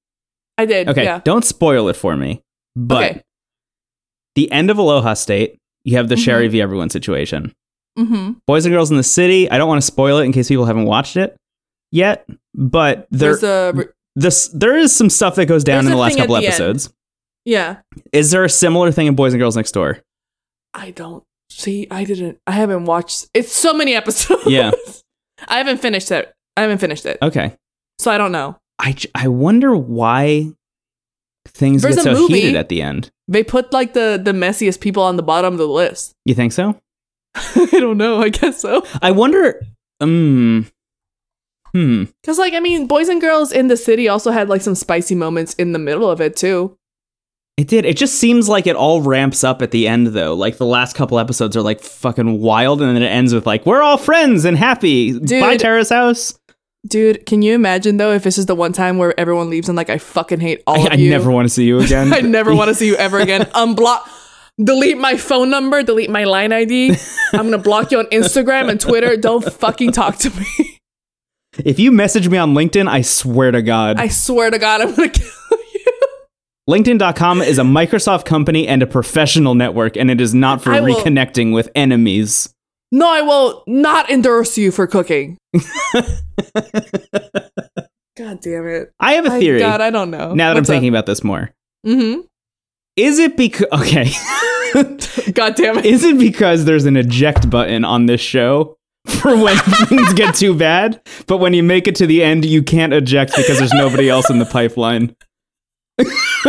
I did.
Okay,
Yeah.
don't spoil it for me. But
Okay.
the end of Aloha State, you have the
Mhm.
Sherry v. Everyone situation.
Mm-hmm.
Boys and Girls in the City. I don't want to spoil it in case people haven't watched it yet, but there
There's a re-
this there is some stuff that goes down
There's
in the
a
last
thing at
couple
the end.
episodes.
yeah.
Is there a similar thing in Boys and Girls Next Door?
I don't see. I didn't. I haven't watched. It's so many episodes.
Yeah.
I haven't finished it. I haven't finished it.
Okay.
So I don't know.
I, j- I wonder why things
There's
get so
a movie.
heated at the end.
They put like the the messiest people on the bottom of the list.
You think so?
I don't know. I guess so.
I wonder. Um, hmm.
Because, like, I mean, Boys and Girls in the City also had, like, some spicy moments in the middle of it, too.
It did. It just seems like it all ramps up at the end, though. Like the last couple episodes are like fucking wild, and then it ends with like we're all friends and happy. Bye,
Dude.
Terrace House.
Dude, can you imagine, though, if this is the one time where everyone leaves and, like, I fucking hate all
I,
of
I
you?
never want to see you again.
I never want to see you ever again. Unblock. Delete my phone number. Delete my line ID. I'm going to block you on Instagram and Twitter. Don't fucking talk to me.
If you message me on LinkedIn, I swear to God,
I swear to God, I'm going to kill you.
LinkedIn.com is a Microsoft company and a professional network, and it is not for
I will-
reconnecting with enemies.
No, I will not endorse you for cooking. God damn it.
I have a
I-
theory.
God, I don't know.
now that I'm thinking about this more.
Mm-hmm.
Is it because okay?
God damn it.
is it because there's an eject button on this show for when things get too bad, but when you make it to the end, you can't eject because there's nobody else in the pipeline.
That's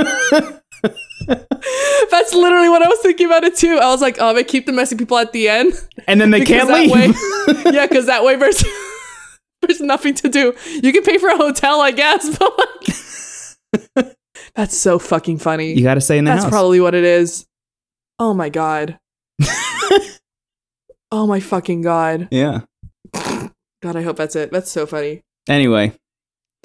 literally what I was thinking about it too. I was like, oh, they keep the messy people at the end.
And then they
Because
can't leave.
that way, yeah, because that way there's there's nothing to do. You can pay for a hotel, I guess, but like, that's so fucking funny.
You got to stay in the
that's
house.
probably what it is. Oh my god. oh my fucking god.
yeah.
God, I hope that's it. That's so funny.
Anyway,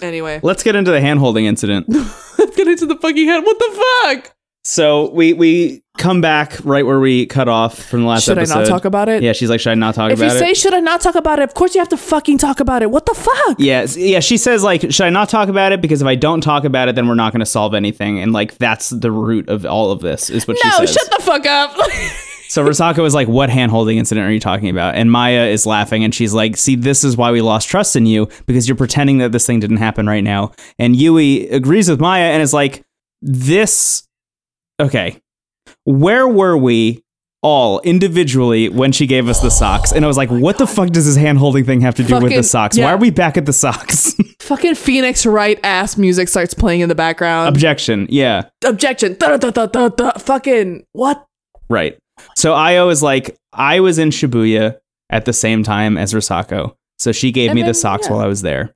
Anyway,
let's get into the hand holding incident.
let's get into the fucking head. What the fuck?
So we we come back right where we cut off from the last
Should I
episode.
not talk about it?
Yeah, she's like, should I not talk
If you
about it?
say should I not talk about it, of course you have to fucking talk about it. What the fuck?
Yeah, s- yeah. She says like, should I not talk about it? Because if I don't talk about it, then we're not going to solve anything. And like, that's the root of all of this is what she
no,
says.
shut the fuck up.
so Rosaka was like, what hand holding incident are you talking about? And Maya is laughing, and she's like, see, this is why we lost trust in you because you're pretending that this thing didn't happen right now. And Yui agrees with Maya and is like, this, okay, where were we? All individually when she gave us the socks, and I was like, "What the fuck does this hand holding thing have to do with the
Fucking-
socks?
yeah.
Why are we back at the socks?"
fucking Phoenix Wright ass music starts playing in the background.
Objection. Yeah.
Objection. Da, da, da, da, da. Fucking what?
Right. So Io is like, I was in Shibuya at the same time as Rosako. So she gave
And
me the
then,
socks
yeah.
while I was there.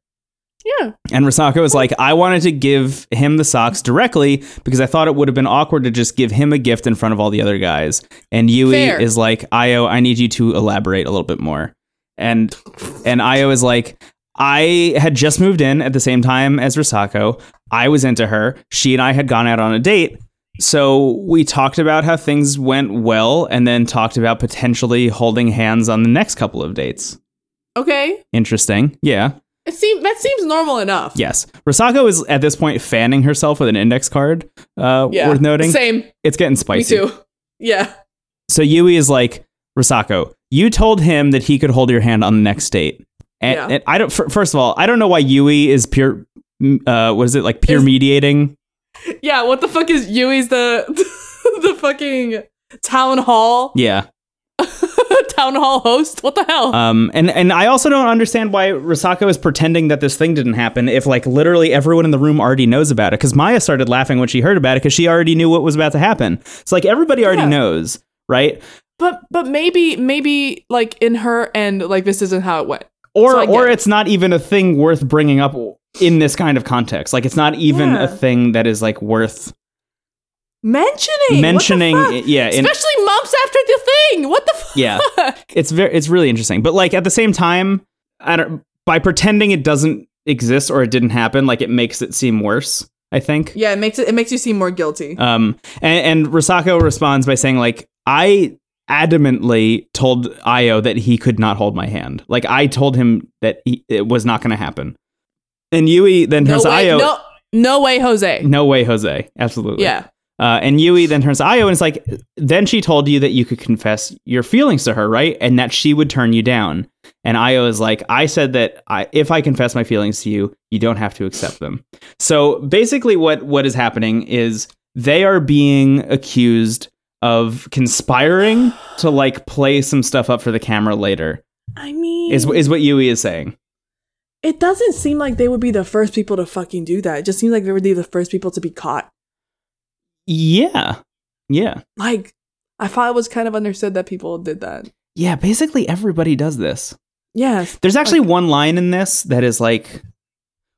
Yeah.
And Rosako was like, I wanted to give him the socks directly because I thought it would have been awkward to just give him a gift in front of all the other guys. And Yui
Fair.
is like, Io, I need you to elaborate a little bit more. And and Io is like, I had just moved in at the same time as Rosako. I was into her. She and I had gone out on a date. So we talked about how things went well and then talked about potentially holding hands on the next couple of dates.
Okay.
Interesting. Yeah.
It seems that seems normal enough.
Yes. Rosako is at this point fanning herself with an index card. Uh,
Yeah.
Worth noting.
Same.
It's getting
Me
spicy.
too. Yeah.
So Yui is like, Rosako, you told him that he could hold your hand on the next date. And,
Yeah.
and I don't, fir- first of all, I don't know why Yui is peer, m- uh, what is it, like peer
Is-
mediating?
Yeah. What the fuck is Yui's the the fucking town hall
Yeah.
town hall host? What the hell?
Um, and, and I also don't understand why Rosako is pretending that this thing didn't happen if, like, literally everyone in the room already knows about it. Because Maya started laughing when she heard about it because she already knew what was about to happen. It's like everybody already
Yeah.
knows, right?
but but maybe maybe like in her end like this isn't how it went.
or
So I get
or
it.
it's not even a thing worth bringing up in this kind of context. Like it's not even
Yeah.
a thing that is like worth
Mentioning what the
mentioning.
fuck?
Yeah, and
especially months after the thing. What the fuck?
Yeah. it's very it's really interesting. But like at the same time, I don't by pretending it doesn't exist or it didn't happen, like it makes it seem worse. I think.
Yeah, it makes it, it makes you seem more guilty.
Um, and, and Rosako responds by saying like I adamantly told Io that he could not hold my hand. Like I told him that he, it was not going to happen. And Yui then
no
turns to
way,
Io.
no, no way, Jose.
No way, Jose. Absolutely.
Yeah.
Uh, and Yui then turns to Io and it's like, then she told you that you could confess your feelings to her, right? And that she would turn you down. And Io is like, I said that I, if I confess my feelings to you, you don't have to accept them. So basically, what what is happening is they are being accused of conspiring to like play some stuff up for the camera later.
I mean,
Is is what Yui is saying?
it doesn't seem like they would be the first people to fucking do that. It just seems like they would be the first people to be caught.
Yeah, yeah,
Like, I thought it was kind of understood that people did that.
yeah. Basically, everybody does this.
Yes.
There's actually one line in this that is like,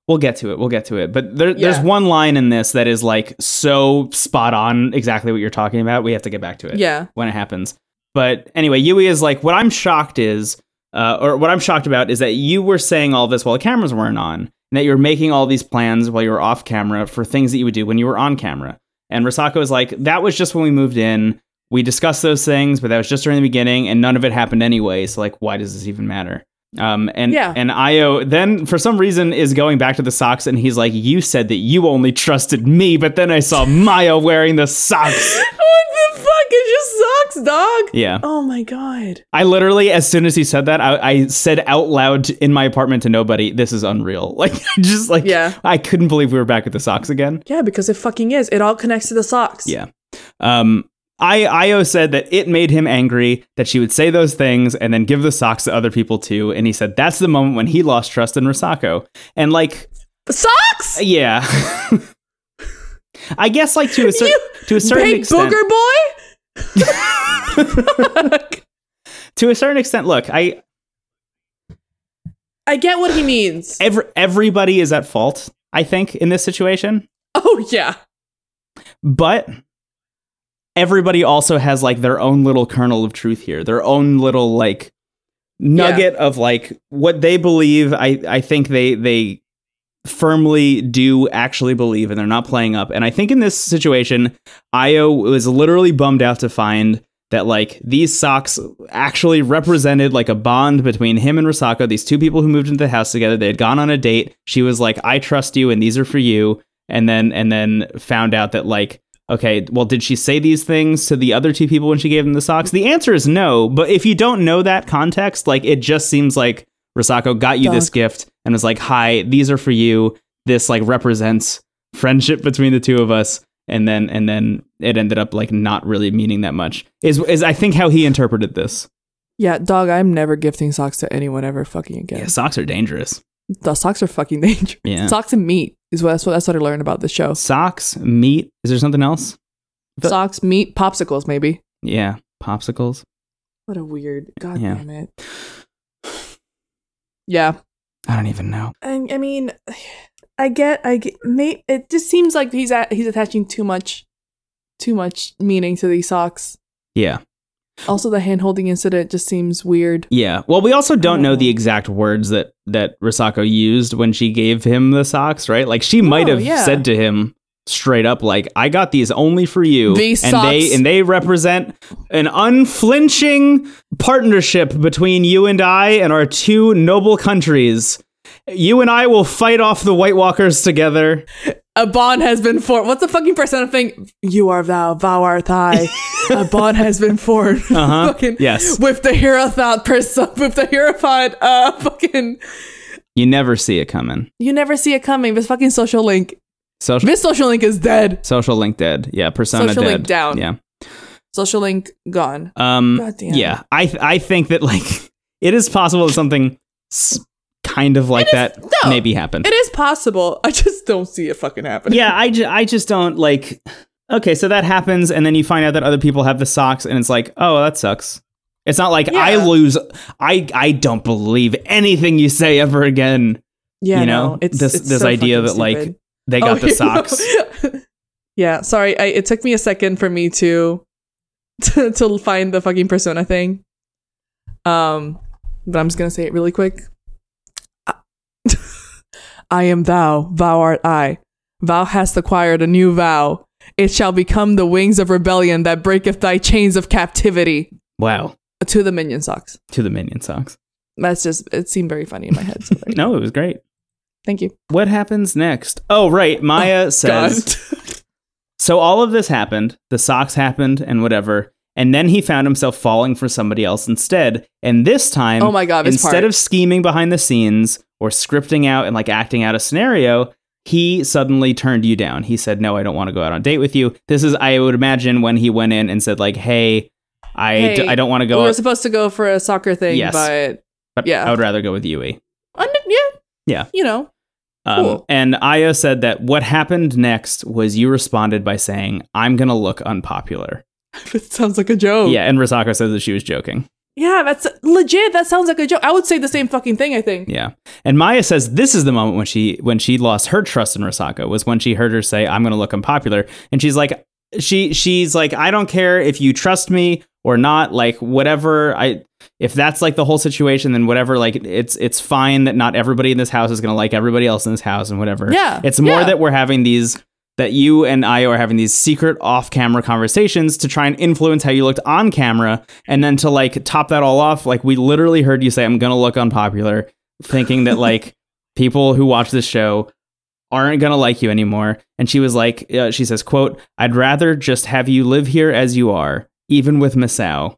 we'll get to it. We'll get to it. But there, there's
Yeah.
one line in this that is like so spot on exactly what you're talking about. We have to get back to it
Yeah.
when it happens. But anyway, Yui is like, what I'm shocked is, uh, or what I'm shocked about is that you were saying all this while the cameras weren't on, and that you were making all these plans while you were off camera for things that you would do when you were on camera. And Rosako is like, that was just when we moved in. We discussed those things, but that was just during the beginning, and none of it happened anyway. So like, why does this even matter? Um, and
Yeah.
and Io then for some reason is going back to the socks, and he's like, you said that you only trusted me, but then I saw Maya wearing the socks.
What the fuck? It just sucks, dog.
Yeah.
Oh my god.
I literally, as soon as he said that, I, I said out loud in my apartment to nobody, "This is unreal." Like, just like,
Yeah.
I couldn't believe we were back at the socks again.
Yeah, because it fucking is. It all connects to the socks.
Yeah. Um, I Io said that it made him angry that she would say those things and then give the socks to other people too, and he said that's the moment when he lost trust in Rosako, and like,
Socks.
yeah. I guess like to a certain to a certain
Big
extent.
booger boy.
to a certain extent, look, I
I get what he means.
every, everybody is at fault. I think in this situation.
Oh yeah.
but everybody also has like their own little kernel of truth here their own little like nugget of like what they believe i i think they they firmly do actually believe and they're not playing up. And I think in this situation, Io was literally bummed out to find that like these socks actually represented like a bond between him and Rosako, these two people who moved into the house together. They had gone on a date. She was like, "I trust you and these are for you." And then and then found out that like Okay, well, did she say these things to the other two people when she gave them the socks? The answer is no, but if you don't know that context, like it just seems like Rosako got you this
Dog.
gift and was like, "Hi, these are for you. This like represents friendship between the two of us." And then and then it ended up like not really meaning that much. Is is I think how he interpreted this.
Yeah, dog, I'm never gifting socks to anyone ever fucking again.
Yeah, socks are dangerous.
The socks are fucking dangerous.
Yeah.
Socks and meat is what that's what that's what I learned about the show.
Socks, meat. Is there something else? The-
socks, meat, popsicles, maybe.
Yeah, popsicles.
What a weird god
Yeah.
damn it. Yeah.
I don't even know.
I, I mean I get I get may, it just seems like he's at, he's attaching too much too much meaning to these socks.
Yeah.
Also the hand holding incident just seems weird.
Yeah. Well, we also don't
don't
know the
know.
exact words that that Risako used when she gave him the socks, right? Like she might
No,
have
Oh, yeah.
said to him straight up like I got these only for you
These
and they
socks.
and they represent an unflinching partnership between you and I and our two noble countries. You and I will fight off the White Walkers together.
A bond has been formed. What's the fucking percent thing? You are thou, thou art thy. a bond has been formed.
Uh-huh.
fucking
Yes.
With the hero thought person, with the hero thought, uh, fucking.
You never see it coming.
You never see it coming. This fucking social link.
Social
This social link is dead.
social link dead. Yeah, persona
Social
dead.
link down.
Yeah.
Social link gone.
Um,
God damn.
Yeah, I th- I think that like it is possible that something s- kind of like that
no.
maybe happened.
It is possible. I just don't see it fucking happening.
yeah, I, ju- I just don't like. Okay, so that happens, and then you find out that other people have the socks, and it's like, oh, that sucks. It's not like I
Yeah.
lose. I I don't believe anything you say ever again.
Yeah.
you know
no, it's
this
it's
this
so
idea
fucking
that like
stupid.
they got
Oh,
the
you
socks.
know. yeah. Sorry. I, it took me a second for me to, to to find the fucking persona thing. Um, but I'm just gonna say it really quick. I am thou, thou art I. Thou hast acquired a new vow. It shall become the wings of rebellion that breaketh thy chains of captivity.
Wow,
To the minion socks.
to the minion socks.
That's just it seemed very funny in my head. So there you go.
No, it was great.
Thank you.
What happens next? Oh, right. Maya says. So all of this happened, the socks happened and whatever, and then he found himself falling for somebody else instead. And this time,
Oh my God, this
instead
part.
of scheming behind the scenes or scripting out and like acting out a scenario, he suddenly turned you down. He said, "No, I don't want to go out on a date with you." This is I would imagine when he went in and said like, "Hey, I d-
Hey,
I don't want to go
we were
out,
supposed to go for a soccer thing,
Yes.
but
but
yeah.
I would rather go with Yui."
I kn- yeah,
Yeah.
you know,
Um,
Cool.
And Aya said that what happened next was you responded by saying, "I'm going to look unpopular."
it sounds like a joke.
Yeah, and Rosako says that she was joking.
yeah, that's legit. That sounds like a joke. I would say the same fucking thing. I think.
Yeah. And Maya says this is the moment when she when she lost her trust in Rosako was when she heard her say, I'm gonna look unpopular. And she's like she she's like, I don't care if you trust me or not, like whatever I if that's like the whole situation, then whatever, like it's it's fine that not everybody in this house is gonna like everybody else in this house and whatever.
Yeah,
It's more
yeah.
that we're having these that you and I are having these secret off camera conversations to try and influence how you looked on camera. And then to like top that all off, like we literally heard you say, I'm going to look unpopular, thinking that like people who watch this show aren't going to like you anymore. And she was like, uh, she says, quote, I'd rather just have you live here as you are, even with Masao.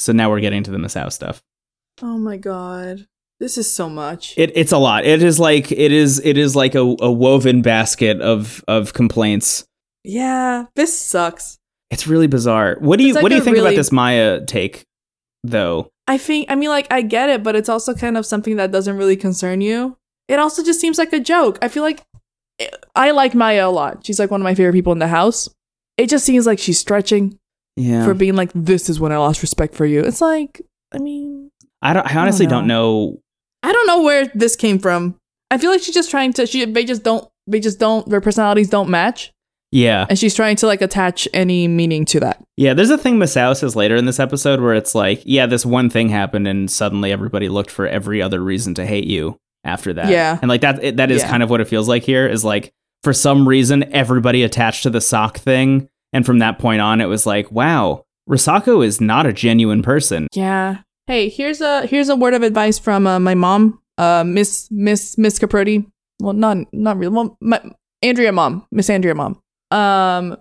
So now we're getting to the Masao stuff.
Oh my god, this is so much.
It, it's a lot. It is like it is it is like a, a woven basket of of complaints
yeah, this sucks.
It's really bizarre. What do you
It's like
what do you
a
think about
really-
this Maya take though?
I think. I mean, like, I get it, but it's also kind of something that doesn't really concern you. It also just seems like a joke. I feel like eh, I like Maya a lot. She's like one of my favorite people in the house. It just seems like she's stretching.
Yeah.
for being like, this is when I lost respect for you. It's like, I mean,
I don't I honestly don't
don't
know.
I don't know where this came from. I feel like she's just trying to. She they just don't. They just don't. Their personalities don't match,
Yeah.
and she's trying to like attach any meaning to that.
Yeah, there's a thing Masao says later in this episode where it's like, yeah, this one thing happened and suddenly everybody looked for every other reason to hate you. after that.
Yeah.
and like that it, that is
Yeah.
kind of what it feels like here is like for some reason everybody attached to the sock thing, and from that point on, it was like wow, Risako is not a genuine person.
Yeah. Hey, here's a here's a word of advice from uh, my mom, uh, Miss Miss Miss Caprodi. Well, not not really. Well, my Andrea mom, Miss Andrea mom. Um,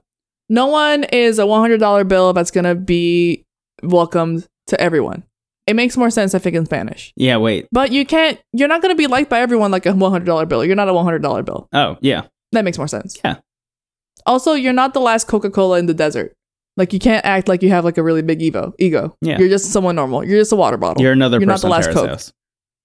no one is a one hundred dollar bill that's gonna be welcomed to everyone. It makes more sense I think in Spanish.
Yeah, wait.
But you can't. You're not gonna be liked by everyone like a one hundred dollar bill. You're not a one hundred dollar bill.
Oh yeah,
That makes more sense.
Yeah.
Also, you're not the last Coca Cola in the desert. Like you can't act like you have like a really big ego. Ego.
Yeah.
You're just someone normal. You're just a water bottle.
you're another
Oh. You're not
person.
the
in
last
Tara's
Coke.
house.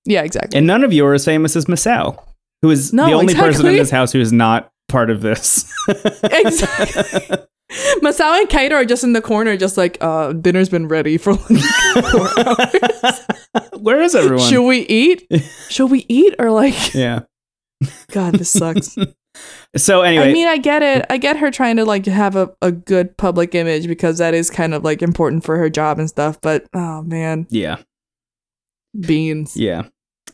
yeah, exactly.
And none of you are as famous as Masao, who is
No,
the only person in
exactly.
this house who is not part of this.
Exactly. Masao and Kaito are just in the corner, just like uh, dinner's been ready for. Like,
Where is everyone?
Should we eat? Should we eat or like?
yeah.
God, this sucks.
So anyway,
I mean, I get it. I get her trying to like have a, a good public image because that is kind of like important for her job and stuff. But oh man,
yeah,
beans.
yeah.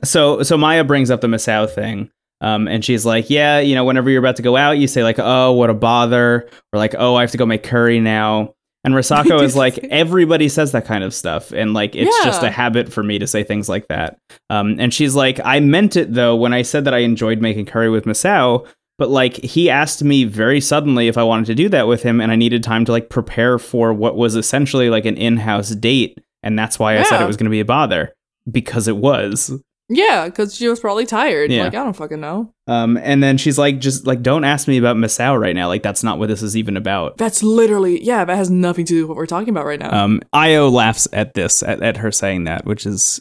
So so Maya brings up the Masao thing. Um, and she's like, yeah, you know, whenever you're about to go out, you say like, oh, what a bother, or like, oh, I have to go make curry now. And Risako
did
is like,
say-
everybody says that kind of stuff, and like, it's just
Yeah.
a habit for me to say things like that. Um, and she's like, I meant it though when I said that I enjoyed making curry with Masao, but like, he asked me very suddenly if I wanted to do that with him, and I needed time to like prepare for what was essentially like an in-house date, and that's why I said
Yeah.
it was going to be a bother because it was.
Yeah, because she was probably tired.
Yeah.
Like I don't fucking know.
Um, and then she's like, just like, don't ask me about Masao right now. Like, that's not what this is even about.
That's literally yeah. That has nothing to do with what we're talking about right now.
Um, Io laughs at this, at, at her saying that, which is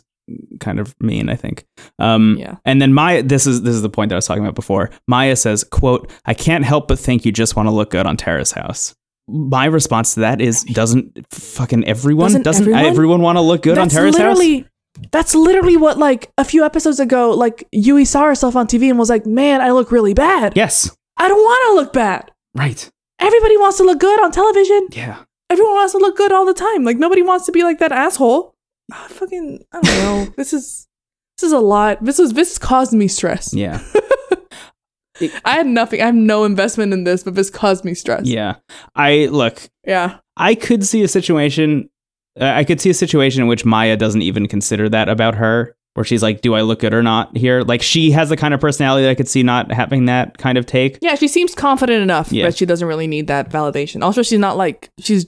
kind of mean, I think. Um,
Yeah.
And then Maya, this is this is the point that I was talking about before. Maya says, "quote I can't help but think you just want to look good on Tara's house." My response to that is, doesn't fucking everyone
Doesn't everyone?
want to look good on Tara's house?
literally, That's literally what like a few episodes ago, like Yui saw herself on TV and was like, "Man, I look really bad.
Yes,
I don't want to look bad.
right.
Everybody wants to look good on television.
Yeah,
Everyone wants to look good all the time. Like nobody wants to be like that asshole. Ah, fucking, I don't know. this is this is a lot. This was this caused me stress.
yeah.
I had nothing. I have no investment in this, but this caused me stress.
Yeah. I look,
yeah.
I could see a situation uh, I could see a situation in which Maya doesn't even consider that about her where she's like, "Do I look good or not?" here. Like she has the kind of personality that I could see not having that kind of take.
Yeah, she seems confident enough,
Yeah.
but she doesn't really need that validation. Also, she's not like she's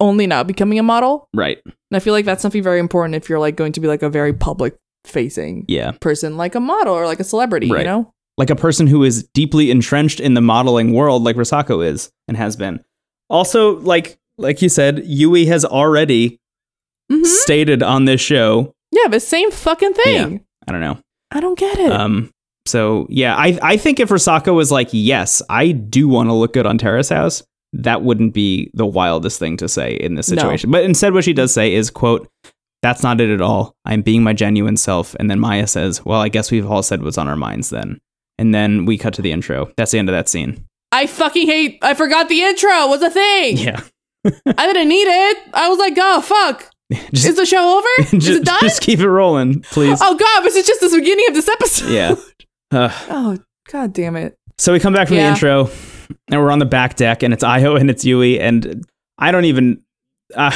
only now becoming a model,
Right.
and I feel like that's something very important if you're like going to be like a very public facing
Yeah.
person, like a model or like a celebrity,
Right.
you know?
Like a person who is deeply entrenched in the modeling world like Risako is and has been. Also, like like you said, Yui has already
Mhm.
stated on this show,
Yeah, the same fucking thing.
I don't know,
I don't get it.
Um, so yeah, I I think if Rosaka was like, yes, I do want to look good on Terrace House, that wouldn't be the wildest thing to say in this
No.
situation. But instead, what she does say is, "quote That's not it at all. I'm being my genuine self." And then Maya says, "Well, I guess we've all said what's on our minds then." And then we cut to the intro. That's the end of that scene.
I fucking hate. I forgot the intro was a thing.
Yeah,
I didn't need it. I was like, oh fuck,
just,
is the show over? is
just,
it done?
just keep it rolling, please.
oh god, this is just the beginning of this episode.
Yeah. Uh, Ugh.
Oh god, damn it.
So we come back from the
Yeah.
intro, and we're on the back deck, and it's Io and it's Yui, and I don't even. Uh,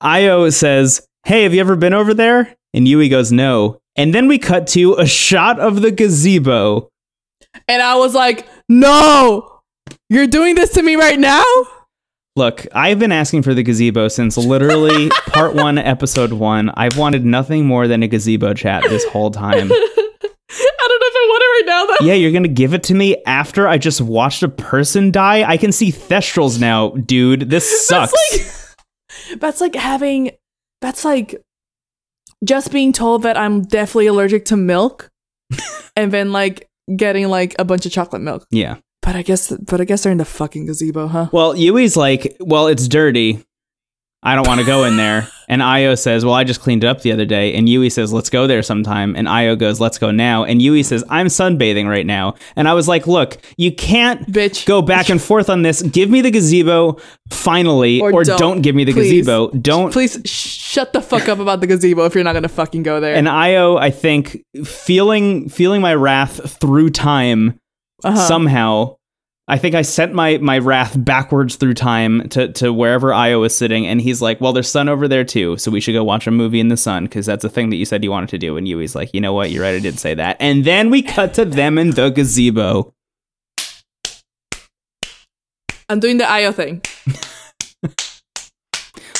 Io says, "Hey, have you ever been over there?" And Yui goes, "No." And then we cut to a shot of the gazebo.
And I was like, no, you're doing this to me right now?
Look, I've been asking for the gazebo since literally part one, episode one. I've wanted nothing more than a gazebo chat this whole time.
I don't know if I want it right now, though.
Yeah, you're gonna give it to me after I just watched a person die. I can see thestrals now, dude. This sucks.
That's like having, that's like just being told that I'm definitely allergic to milk and then like getting like a bunch of chocolate milk.
yeah.
But I guess, but I guess they're in the fucking gazebo, huh?
Well, Yui's like, well, it's dirty. I don't want to go in there. And Io says, well, I just cleaned it up the other day. And Yui says, let's go there sometime. And Io goes, let's go now. And Yui says, I'm sunbathing right now. And I was like, look, you can't
Bitch.
go back and forth on this. Give me the gazebo finally, or,
Or
don't,
don't,
give me the
please.
gazebo. Don't
Please, sh- Shut the fuck up about the gazebo if you're not gonna fucking go there.
And Io, I think, feeling feeling my wrath through time
Uh-huh.
somehow. I think I sent my my wrath backwards through time to to wherever Io is sitting, and he's like, "Well, there's sun over there too, so we should go watch a movie in the sun because that's a thing that you said you wanted to do." And Yui's like, "You know what? You're right. I did say that." And then we cut to them in the gazebo.
I'm doing the Io thing.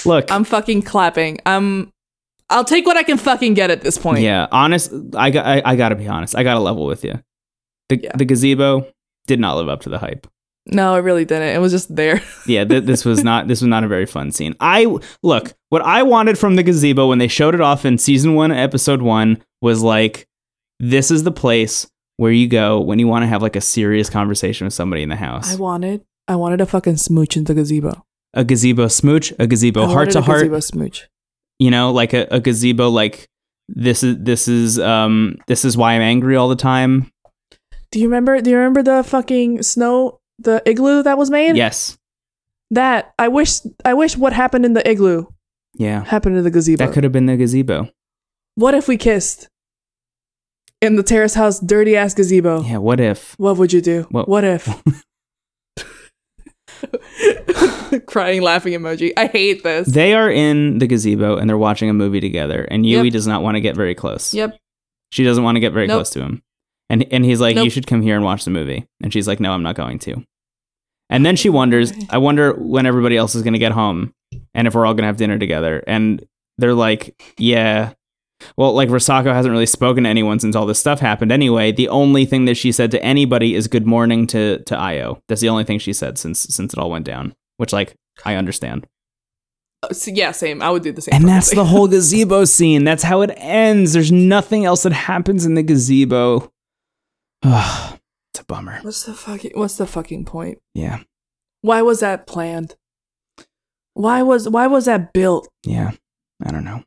Look,
I'm fucking clapping. I'm. I'll take what I can fucking get at this point.
yeah, honest. I got I, I got to be honest. I got to level with you. The
Yeah.
the gazebo did not live up to the hype.
No, it really didn't. It was just there.
yeah th- this was not this was not a very fun scene i look what i wanted from the gazebo when they showed it off in season one episode one was like this is the place where you go when you want to have like a serious conversation with somebody in the
I
house
wanted. I wanted a fucking smooch in the gazebo.
a gazebo smooch a gazebo
I
heart
wanted
to
a
heart
Gazebo smooch.
you know like a, a gazebo like this is this is um this is why i'm angry all the time
Do you remember? Do you remember the fucking snow, the igloo that was made?
yes
That I wish. I wish what happened in the igloo
yeah
happened in the gazebo.
that could have been the gazebo
what if we kissed in the terrace house, dirty ass gazebo?
yeah what if
What would you do?
What-
What, if? Crying, laughing emoji. I hate this.
they are in the gazebo and they're watching a movie together and yui
Yep.
does not want to get very close
yep.
She doesn't want to get very
Nope.
close to him. And and he's like, You
Nope.
should come here and watch the movie. And she's like, No, I'm not going to. And then she wonders, I wonder when everybody else is gonna get home and if we're all gonna have dinner together. And they're like, Yeah. Well, like Rosako hasn't really spoken to anyone since all this stuff happened anyway. The only thing that she said to anybody is good morning to, to Io. That's the only thing she said since since it all went down. Which like I understand.
Uh, so- yeah, same. I would do the same.
And
fucking
that's
thing.
the whole gazebo scene. That's how it ends. There's nothing else that happens in the gazebo. Ugh, it's a bummer.
What's the fucking? What's the fucking point?
Yeah.
Why was that planned? Why was why was that built?
Yeah. I don't know.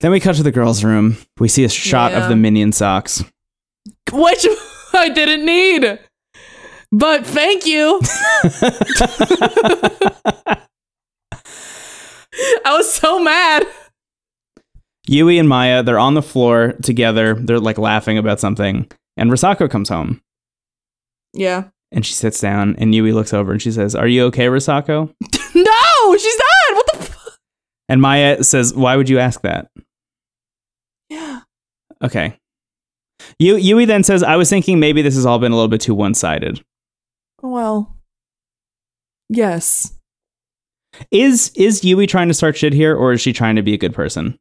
Then we cut to the girls' room. We see a shot
Yeah.
of the minion socks.
Which I didn't need. But thank you. I was so mad.
Yui and Maya, they're on the floor together. They're like laughing about something. And Risako comes home
Yeah.
and she sits down and Yui looks over and she says, Are you okay, Risako?
No, she's not. What the? F-
And Maya says, Why would you ask that?
yeah.
Okay. Yu- Yui then says, I was thinking maybe this has all been a little bit too one sided.
Well. Yes.
Is is Yui trying to start shit here or is she trying to be a good person?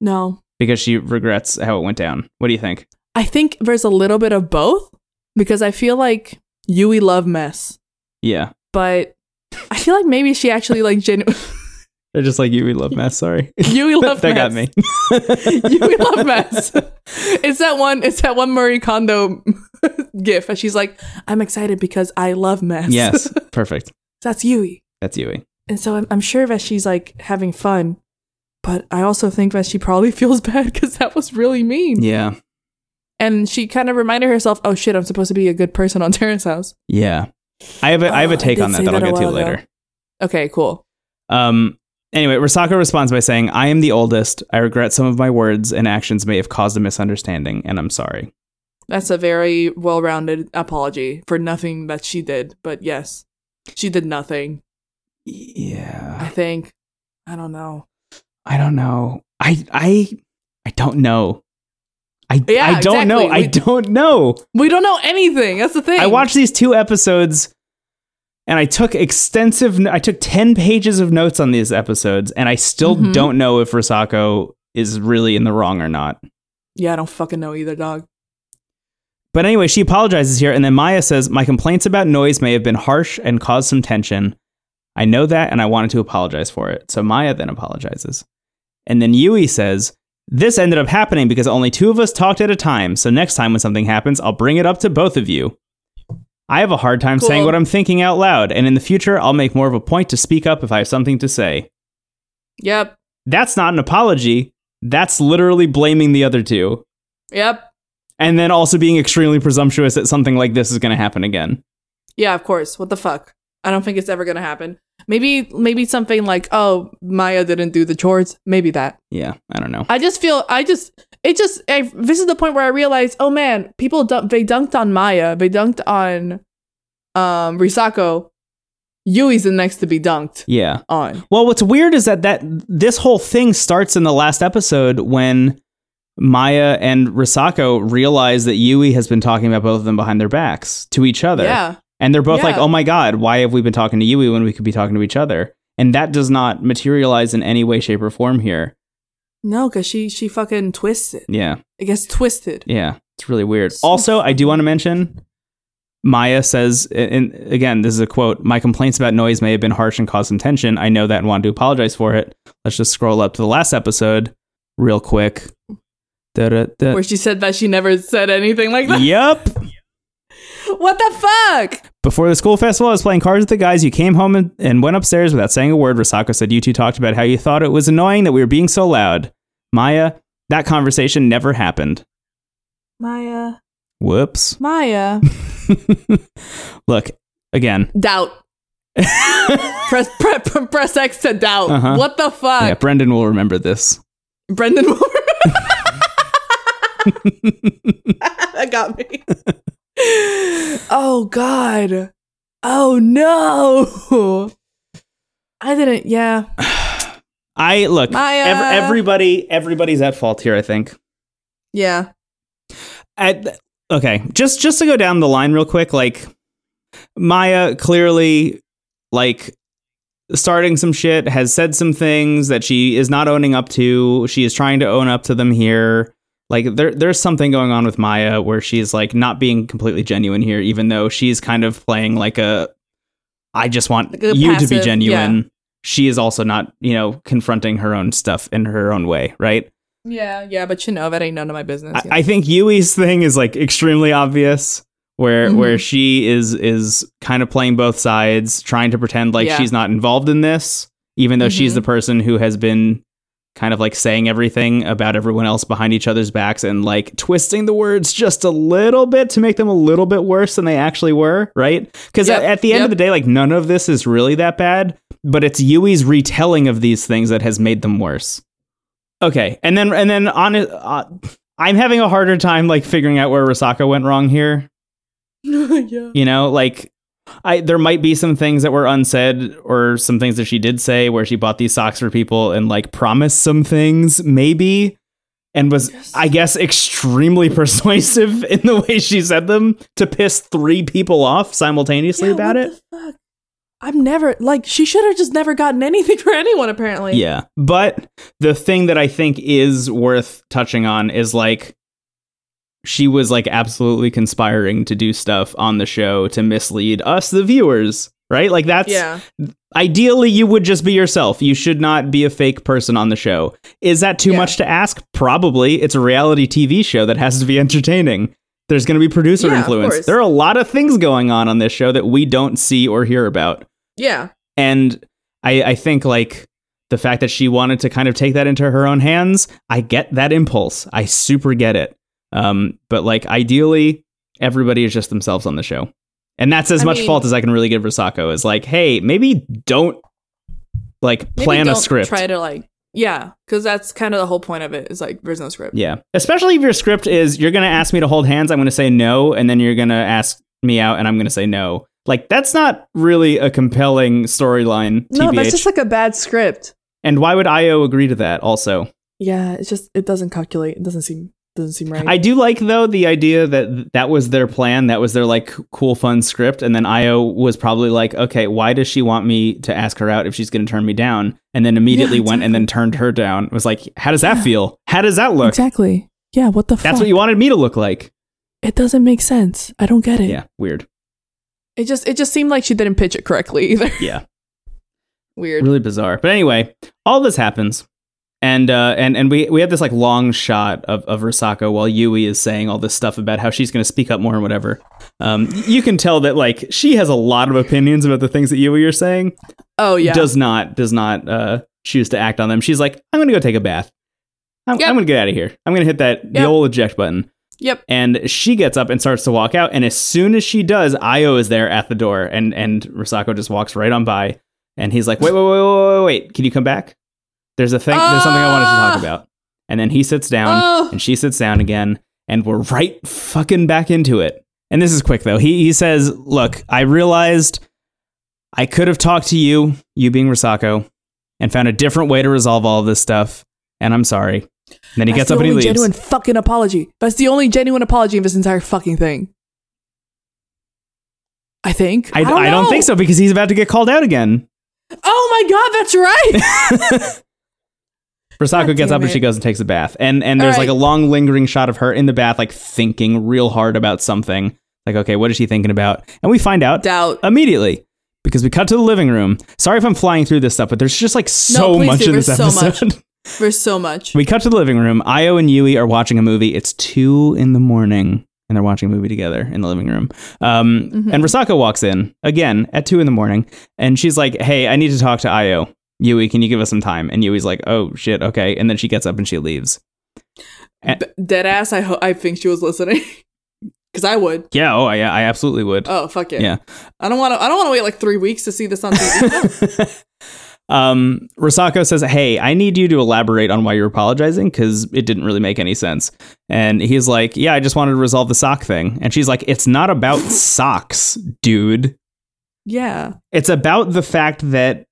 No.
Because she regrets how it went down. What do you think?
I think there's a little bit of both because I feel like Yui love mess,
Yeah.
but I feel like maybe she actually like genuine
They're just like Yui love mess, sorry.
Yui love
that
mess.
got me.
Yui love mess. It's that one. It's that one Murray Kondo gif, and she's like, "I'm excited because I love mess."
yes. Perfect.
that's Yui,
That's Yui.
and so I'm, I'm sure that she's like having fun, but I also think that she probably feels bad because that was really mean.
Yeah.
And she kind of reminded herself, "Oh shit, I'm supposed to be a good person on Terrence's house."
Yeah. I have a, I have
Oh,
a
I
take
did
on that
say
that I'll
that a
get to
while ago.
later.
Okay, cool.
Um, anyway, Risako responds by saying, I am the oldest. I regret some of my words and actions may have caused a misunderstanding, and I'm sorry.
That's a very well-rounded apology for nothing that she did. But yes, she did nothing. I
Yeah.
think. I don't know.
I don't know. I I I don't know. I
Yeah,
I don't know.
exactly.
I
We-
don't know.
We don't know anything. That's the thing.
I watched these two episodes and I took extensive no- I took 10 pages of notes on these episodes and I still
Mhm.
don't know if Rosako is really in the wrong or not.
Yeah, I don't fucking know either, dog.
But anyway, she apologizes here, and then Maya says, My complaints about noise may have been harsh and caused some tension. I know that, and I wanted to apologize for it. So Maya then apologizes. And then Yui says, This ended up happening because only two of us talked at a time, so next time when something happens, I'll bring it up to both of you. I have a hard time
Cool.
saying what I'm thinking out loud, and in the future, I'll make more of a point to speak up if I have something to say.
Yep.
That's not an apology. That's literally blaming the other two
Yep.
and then also being extremely presumptuous that something like this is going to happen again.
Yeah, of course. What the fuck? I don't think it's ever gonna happen. Maybe maybe something like, oh, Maya didn't do the chores. Maybe that.
Yeah, I don't know.
I just feel I just it just I, this is the point where I realized, oh man, people dunk, they dunked on Maya, they dunked on um Risako. Yui's the next to be dunked
Yeah.
on.
Well, what's weird is that that this whole thing starts in the last episode when Maya and Risako realize that Yui has been talking about both of them behind their backs to each other.
Yeah.
And they're both like,
Yeah.
"Oh my god, why have we been talking to Yui when we could be talking to each other?" And that does not materialize in any way shape or form here.
No, cuz she she fucking twists it.
Yeah.
It gets twisted.
Yeah, it's really weird.
So
also, I do want to mention Maya says, and again, this is a quote My complaints about noise may have been harsh and caused some tension. I know that and want to apologize for it. Let's just scroll up to the last episode real quick. Da-da-da.
Where she said that she never said anything like that.
Yep.
What the fuck?
Before the school festival, I was playing cards with the guys. You came home and, and went upstairs without saying a word. Risako said you two talked about how you thought it was annoying that we were being so loud. Maya, that conversation never happened.
Maya.
Whoops.
Maya.
Look, again,
doubt. press, pre- pre- press X to doubt.
Uh-huh.
What the fuck?
yeah, Brendan will remember this.
Brendan Moore. that got me. oh God. Oh no. I didn't. Yeah.
I look.
Maya.
ev- everybody, everybody's at fault here. I think.
Yeah.
At, okay, just just to go down the line real quick, like Maya clearly, like starting some shit, has said some things that she is not owning up to. She is trying to own up to them here. Like there, there's something going on with Maya where she's like not being completely genuine here, even though she's kind of playing like a, I just want
Like a
you to
passive-
be
yeah.
genuine. She is also not, you know, confronting her own stuff in her own way, right?
Yeah. Yeah. But you know, that ain't none of my business.
I, I think Yui's thing is like extremely obvious, where
Mhm.
where she is is kind of playing both sides, trying to pretend like
Yeah.
she's not involved in this, even though she's
Mhm.
the person who has been kind of like saying everything about everyone else behind each other's backs and like twisting the words just a little bit to make them a little bit worse than they actually were, right? Because
Yep,
at the end of
yep.
the day, like none of this is really that bad, but it's Yui's retelling of these things that has made them worse. Okay, and then and then on uh, I'm having a harder time like figuring out where Risako went wrong here.
yeah.
You know, like I there might be some things that were unsaid or some things that she did say where she bought these socks for people and like promised some things maybe and was I guess extremely persuasive in the way she said them to piss three people off simultaneously
Yeah,
about
what
it.
the fuck? I'm never like she should have just never gotten anything for anyone apparently.
Yeah. But the thing that I think is worth touching on is like she was like absolutely conspiring to do stuff on the show to mislead us the viewers, right? Like that's
Yeah.
ideally you would just be yourself. You should not be a fake person on the show. Is that too
Yeah.
much to ask? Probably. It's a reality TV show that has to be entertaining. There's going to be producer
Yeah, of
influence.
course.
There are a lot of things going on on this show that we don't see or hear about
Yeah.
and I, I think like the fact that she wanted to kind of take that into her own hands i get that impulse i super get it um, but like ideally everybody is just themselves on the show and that's as
I
much
mean-
fault as i can really give risako is like hey maybe don't like
Maybe
plan a
don't
script
Try to like yeah, because that's kind of the whole point of it. Is like there's no script.
yeah especially if your script is you're gonna ask me to hold hands i'm gonna say no and then you're gonna ask me out and i'm gonna say no like that's not really a compelling storyline
No,
TBH.
that's just like a bad script.
and why would io agree to that also
Yeah, it's just it doesn't calculate. It doesn't seem doesn't seem right.
I do like though the idea that that was their plan. That was their like cool, fun script, and then Io was probably like, "Okay, why does she want me to ask her out if she's going to turn me down?" And then immediately
Yeah,
went and then turned her down. It was like, "How does that feel? How does that look?
exactly. Yeah, what the
That's what you wanted me to look like."
It doesn't make sense. I don't get it.
Yeah, weird.
It just it just seemed like she didn't pitch it correctly either.
Yeah,
Weird.
really bizarre. But anyway, all this happens. And uh, and and we we have this like long shot of of Risako while Yui is saying all this stuff about how she's going to speak up more and whatever. Um, you can tell that like she has a lot of opinions about the things that Yui are saying.
Oh yeah.
does not does not uh choose to act on them. She's like, I'm gonna go take a bath. I'm,
Yep.
I'm gonna get out of here. I'm gonna hit that the
Yep.
old eject button.
yep.
And she gets up and starts to walk out. And as soon as she does, Io is there at the door, and and Risako just walks right on by. and he's like, wait, wait, wait, wait, wait, wait. Can you come back? There's a thing. There's something I wanted to talk
Ah!
about. And then he sits down
Oh.
and she sits down again, and we're right fucking back into it.
And this is quick though. He he says, "Look, I realized I could have talked to you, you being Risako, and found a different way to resolve all of this stuff, and I'm sorry." And then he gets
That's the
up and he
only
leaves.
genuine fucking apology. That's the only genuine apology of this entire fucking thing. I think.
I, I don't
know.
think so because he's about to get called out again.
Oh my god, that's right.
Risako
God
gets up
damn
and she
it.
goes and takes a bath. And and there's
All
like
right.
a long lingering shot of her in the bath, like thinking real hard about something. Like, okay, what is she thinking about? And we find out
Doubt.
immediately because we cut to the living room. Sorry if I'm flying through this stuff, but there's just like so
please
much
do.
in this
There's so much.
episode.
There's so much.
We cut to the living room. Io and Yui are watching a movie. It's two in the morning, and they're watching a movie together in the living room. Um, And Risako walks in again at two in the morning, and she's like, "Hey, I need to talk to Io. Yui, can you give us some time?" And Yui's like, "Oh shit, okay." And then she gets up and she leaves.
Dead ass. I ho- I think she was listening, because I would.
Yeah. Oh, yeah. I absolutely would.
Oh fuck it.
Yeah.
I don't want to. I don't want to wait like three weeks to see this on TV.
Um, Risako says, Hey, I need you to elaborate on why you're apologizing because it didn't really make any sense. And he's like, Yeah, I just wanted to resolve the sock thing. And she's like, It's not about socks, dude.
yeah.
It's about the fact that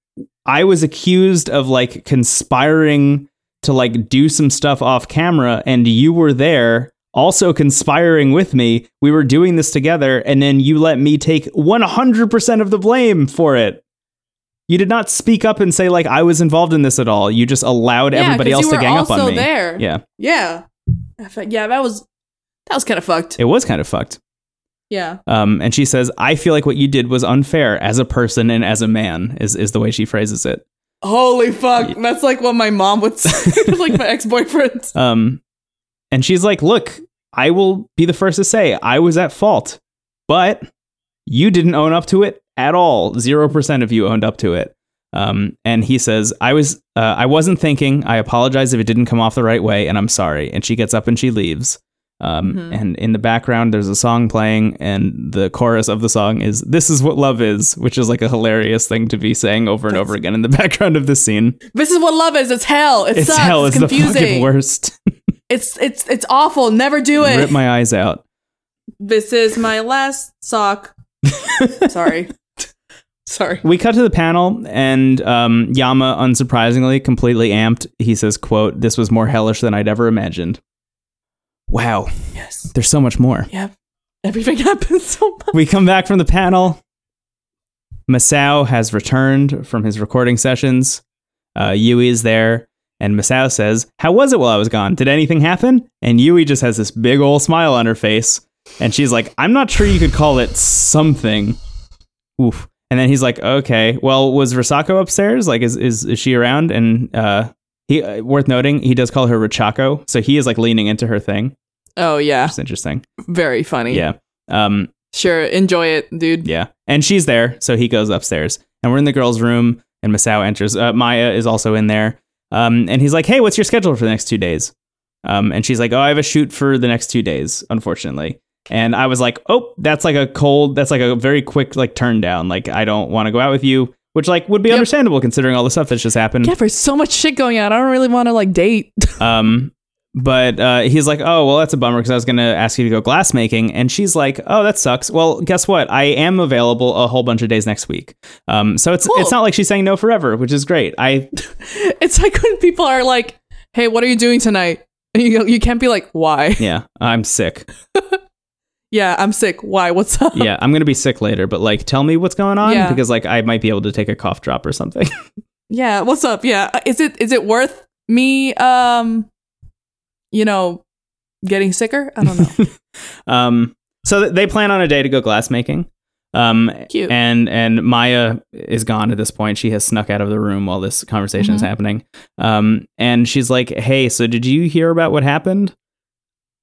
I was accused of like conspiring to like do some stuff off camera and you were there also conspiring with me. We were doing this together and then you let me take 100% of the blame for it. You did not speak up and say like I was involved in this at all. You just allowed
Yeah,
everybody
'cause
else
you
to
were
gang up
also
on me.
there.
Yeah.
Yeah. I fe- Yeah. That was. That was kind of fucked.
It was kind of fucked.
yeah.
Um, and she says, "I feel like what you did was unfair as a person and as a man." Is is the way she phrases it.
Holy fuck. That's like what my mom would say. to, like my ex boyfriends.
Um, and she's like, "Look, I will be the first to say I was at fault, but you didn't own up to it at all. Zero percent of you owned up to it." Um, and he says, "I was, uh, I wasn't thinking. I apologize if it didn't come off the right way, and I'm sorry." And she gets up and she leaves. Um,
Mhm.
And in the background, there's a song playing, and the chorus of the song is "This is what love is," which is like a hilarious thing to be saying over and over again in the background of this scene.
This is what love is. It's hell. It
It's
sucks.
hell.
It's
It's the fucking
confusing.
worst.
it's it's it's awful. Never do it.
Rip my eyes out.
this is my last sock. Sorry. Sorry.
we cut to the panel and um, yama unsurprisingly completely amped he says quote this was more hellish than i'd ever imagined wow
Yes.
there's so much more
Yep. Everything happens so much.
we come back from the panel masao has returned from his recording sessions uh, yui is there and masao says how was it while i was gone did anything happen and yui just has this big old smile on her face and she's like i'm not sure you could call it something Oof. And then he's like, okay, well, was Risako upstairs? Like, is is, is she around? And uh, he uh, worth noting, he does call her Richako, so he is like leaning into her thing.
Oh yeah.
It's interesting.
Very funny.
Yeah. Um.
Sure. Enjoy it, dude.
Yeah. And she's there, so he goes upstairs, and we're in the girls' room, and Masao enters. Uh, Maya is also in there. Um. And he's like, hey, what's your schedule for the next two days? Um. And she's like, oh, I have a shoot for the next two days, unfortunately. And I was like, oh, that's like a cold, that's like a very quick like turn down. Like, I don't want to go out with you, which like would be
Yep.
understandable considering all the stuff that's just happened.
Yeah, there's so much shit going on. I don't really want to like date.
Um, but uh, he's like, oh, well, that's a bummer because I was going to ask you to go glass making. And she's like, oh, that sucks. Well, guess what? I am available a whole bunch of days next week. Um, so it's
Cool.
it's not like she's saying no forever, which is great. I
It's like when people are like, "Hey, what are you doing tonight?" And you go- you can't be like, "Why?"
yeah, I'm sick.
Yeah, I'm sick. Why? What's up?
Yeah, I'm gonna be sick later, but like, tell me what's going on
Yeah.
because like I might be able to take a cough drop or something.
Yeah, what's up? Yeah, Uh, is it is it worth me um you know getting sicker? I don't know.
Um, so th- they plan on a day to go glassmaking. Um,
Cute.
and and Maya is gone at this point. She has snuck out of the room while this conversation is
Mhm.
happening. Um, and she's like, "Hey, so did you hear about what happened?"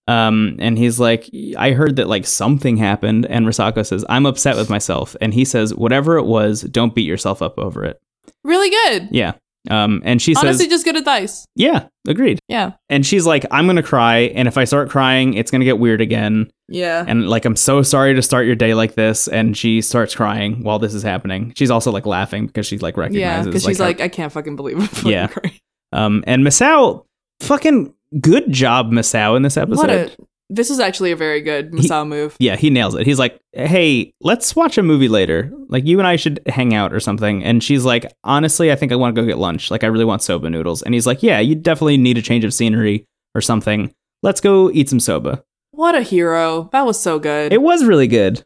Um, and he's like, "I heard that like something happened." And Risako says, "I'm upset with myself." And he says, "Whatever it was, don't beat yourself up over it."
really good.
Yeah. Um, and she
Honestly,
says,
just good advice.
"Yeah, agreed."
Yeah.
And she's like, I'm going to cry. And if I start crying, it's going to get weird again.
Yeah.
and like i'm so sorry to start your day like this and she starts crying while this is happening she's also like laughing because she like
yeah.
recognizes
Because she's
her-
like, I can't fucking believe it. Fucking
Yeah.
crying.
um and masao fucking good job masao in this episode
What a. This is actually a very good Masao move.
yeah he nails it he's like hey let's watch a movie later like you and i should hang out or something and she's like honestly i think i want to go get lunch like i really want soba noodles and he's like yeah you definitely need a change of scenery or something let's go eat some soba
What a hero. That was so good.
It was really good.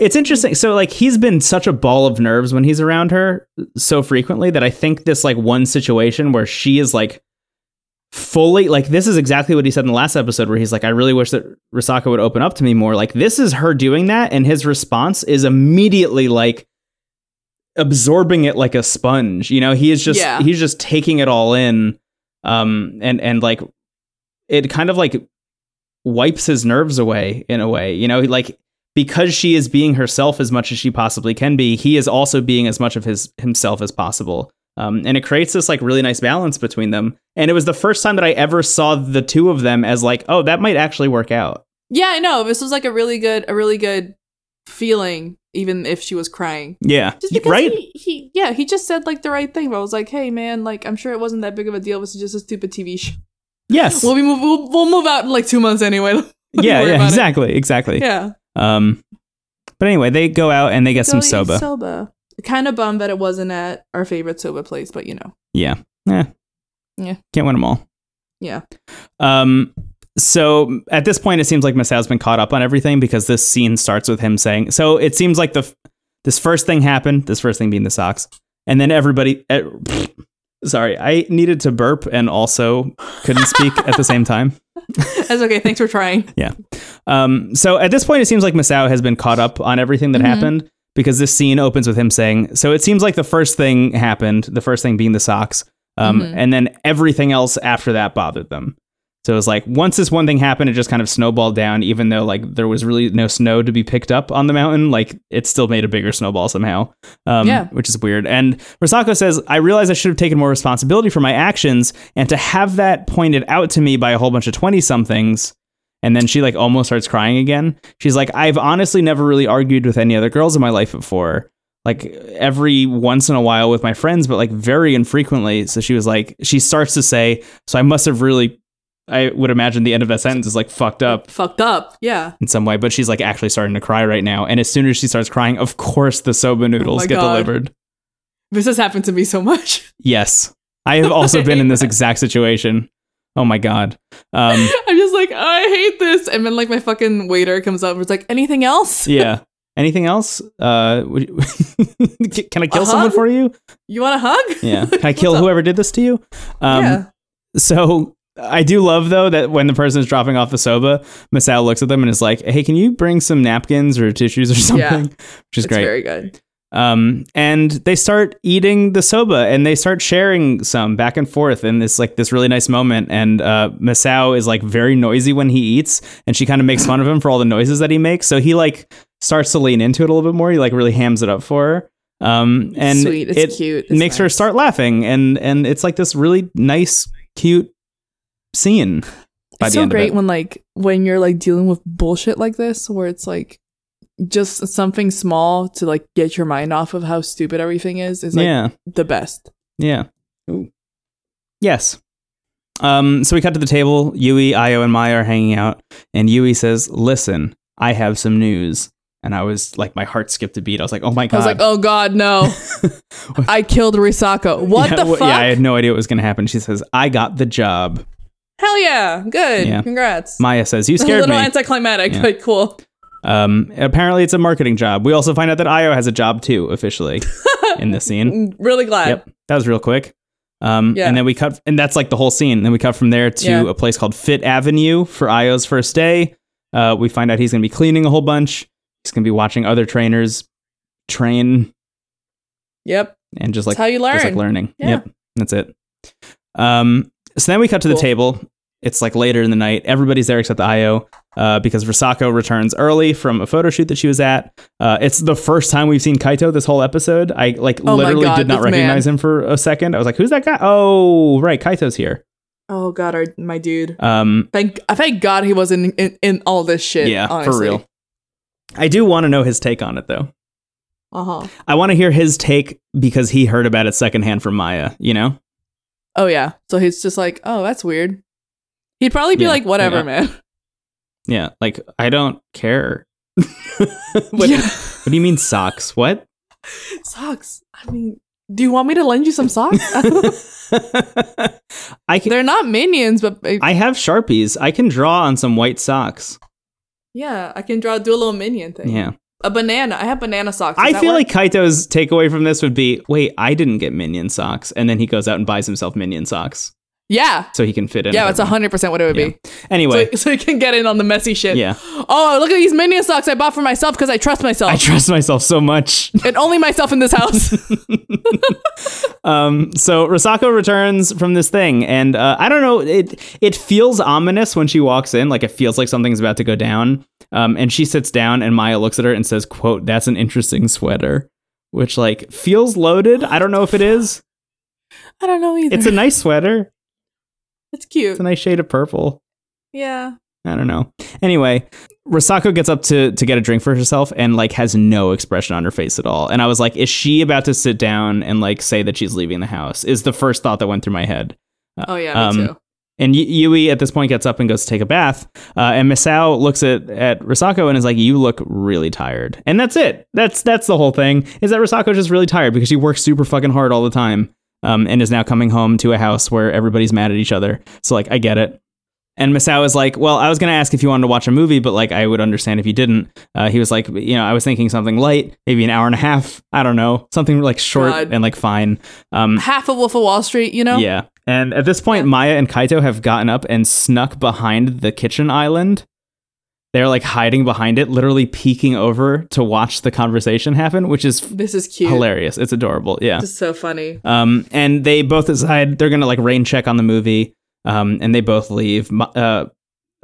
It's interesting. So like he's been such a ball of nerves when he's around her so frequently that I think this like one situation where she is like fully like this is exactly what he said in the last episode where he's like I really wish that Risaka would open up to me more. Like this is her doing that and his response is immediately like absorbing it like a sponge. You know, he is just
Yeah.
he's just taking it all in um and and like it kind of like wipes his nerves away in a way you know like because she is being herself as much as she possibly can be he is also being as much of his himself as possible um, and it creates this like really nice balance between them and it was the first time that i ever saw the two of them as like oh that might actually work out
yeah, I know. This was like a really good, a really good feeling, even if she was crying.
yeah
Just because
right
he, he, yeah, he just said like the right thing. But I was like, hey man, like I'm sure it wasn't that big of a deal. This is just a stupid TV show.
yes
We'll be move, we'll, we'll move out in like two months anyway. Don't
yeah
worry
yeah
about it.
exactly exactly
Yeah,
um but anyway they go out and they get
Go
some
eat
soba
Soba. Kind of bummed that it wasn't at our favorite soba place, but you know,
yeah yeah
Yeah.
can't win them all
yeah,
Um, so at this point, it seems like Masao's been caught up on everything because this scene starts with him saying. So it seems like the f- this first thing happened. This first thing being the socks, and then everybody. eh, sorry, I needed to burp and also couldn't speak at the same time.
that's okay. Thanks for trying.
Um, so at this point, it seems like Masao has been caught up on everything that
Mhm.
happened because this scene opens with him saying, "So it seems like the first thing happened, the first thing being the socks, um,
Mhm.
and then everything else after that bothered them." So it was like once this one thing happened, it just kind of snowballed down. Even though like there was really no snow to be picked up on the mountain, like it still made a bigger snowball somehow, um,
Yeah.
which is weird. And Rosako says, "I realize I should have taken more responsibility for my actions, and to have that pointed out to me by a whole bunch of twenty somethings." And then she like almost starts crying again. She's like, I've honestly never really argued with any other girls in my life before. Like every once in a while with my friends, but like very infrequently. So she was like, she starts to say, so I must have really, I would imagine the end of that sentence is like fucked up
Fucked up. Yeah.
in some way, but she's like actually starting to cry right now. And as soon as she starts crying, of course the soba noodles
Oh my
get
God.
delivered.
This has happened to me so much.
Yes. I have also been in this exact situation. Oh my God. Um,
I'm just like, I hate this. And then like my fucking waiter comes up and was like, anything else?
yeah. Anything else? Uh, would you- can I kill
Uh-huh.
someone for you?
You want a hug?
Yeah. Can I
What's
kill
up?
whoever did this to you? Um,
yeah.
So I do love though that when the person is dropping off the soba, Masao looks at them and is like, "Hey, can you bring some napkins or tissues or something?"
Yeah.
Which is
It's
great.
very good.
um, and they start eating the soba and they start sharing some back and forth in this like this really nice moment. And uh, Masao is like very noisy when he eats, and she kind of makes fun of him for all the noises that he makes. So he like starts to lean into it a little bit more. He like really hams it up for her. Um, and
Sweet. It's
it-
cute. It's
makes her
nice.
start laughing and and it's like this really nice cute scene by
it's
the
so
end of
great
it
when like when you're like dealing with bullshit like this where it's like just something small to like get your mind off of how stupid everything is is like
yeah
the best
yeah yes um so we cut to the table yui io and maya are hanging out and yui says listen i have some news and i was like my heart skipped a beat i was like oh my god
i was like oh god no i killed risako "Oh, what
yeah,
the
wh-
fuck
yeah i had no idea what was gonna happen she says i got the job
hell yeah good
Yeah.
congrats
maya says you
a
scared
little
me
anticlimactic
Yeah.
but cool
um apparently it's a marketing job we also find out that io has a job too officially in this scene
Mm, really glad
Yep, that was real quick. Um,
Yeah.
And then we cut, and that's like the whole scene. Then we cut from there to
Yeah.
a place called Fit Avenue for Io's first day. Uh, we find out he's going to be cleaning a whole bunch. He's going to be watching other trainers train
yep
and just like,
that's how you learn
just like learning.
Yeah.
Yep, that's it. Um, so then we cut to the
Cool.
table. It's like later in the night. Everybody's there except Io uh, because Risako returns early from a photo shoot that she was at. Uh, it's the first time we've seen Kaito this whole episode. I like
Oh my
literally
God,
did not
this man.
recognize him for a second. I was like, "Who's that guy?" Oh, right, Kaito's here.
Oh God, our, my dude.
Um,
Thank I thank God he wasn't in, in, in all this shit.
yeah,
honestly.
for real. I do want to know his take on it though.
Uh huh.
I want to hear his take because he heard about it secondhand from Maya. You know,
Oh yeah. So he's just like, oh, that's weird. He'd probably be
Yeah,
like, whatever,
yeah.
man.
yeah, like I don't care. what,
Yeah.
what do you mean socks? What?
Socks. I mean, do you want me to lend you some socks?
I can.
They're not minions, but uh,
I have sharpies. I can draw on some white socks.
yeah, I can draw do a little minion thing.
Yeah.
A banana. I have banana socks. Does
I
that
feel
work?
like Kaito's takeaway from this would be, wait, I didn't get minion socks, and then he goes out and buys himself minion socks
yeah,
so he can fit in.
yeah.
with
It's
everyone.
hundred percent what it would be.
Anyway,
So, so you can get in on the messy shit.
Yeah.
Oh, look at these minion socks I bought for myself because I trust myself
I trust myself so much.
and only myself in this house.
Um, so Rosako returns from this thing, and uh, I don't know. It it feels ominous when she walks in, like it feels like something's about to go down. Um, and she sits down, and Maya looks at her and says, "quote That's an interesting sweater," which like feels loaded. I don't know if it is.
I don't know either.
It's a nice sweater.
it's cute.
It's a nice shade of purple.
yeah.
I don't know. Anyway, Rosako gets up to to get a drink for herself and like has no expression on her face at all. And I was like, is she about to sit down and like say that she's leaving the house? Is the first thought that went through my head.
Oh yeah, me
Um,
too.
And y- Yui at this point gets up and goes to take a bath. Uh, and Misao looks at at Rosako and is like, "You look really tired." And that's it. That's that's the whole thing. Is that Rosako just really tired because she works super fucking hard all the time, um, and is now coming home to a house where everybody's mad at each other. So like, I get it. And Misao is like, "Well, I was gonna ask if you wanted to watch a movie, but like, I would understand if you didn't." Uh, he was like, "You know, I was thinking something light, maybe an hour and a half. I don't know, something like short
God.
and like fine." Um,
Half a Wolf of Wall Street, you know?
yeah. And at this point, Maya and Kaito have gotten up and snuck behind the kitchen island. They're like hiding behind it, literally peeking over to watch the conversation happen, which is f-
This is cute.
hilarious. It's adorable. Yeah.
This is so funny.
Um, and they both decide they're going to like rain check on the movie. Um, and they both leave. Ma- Uh,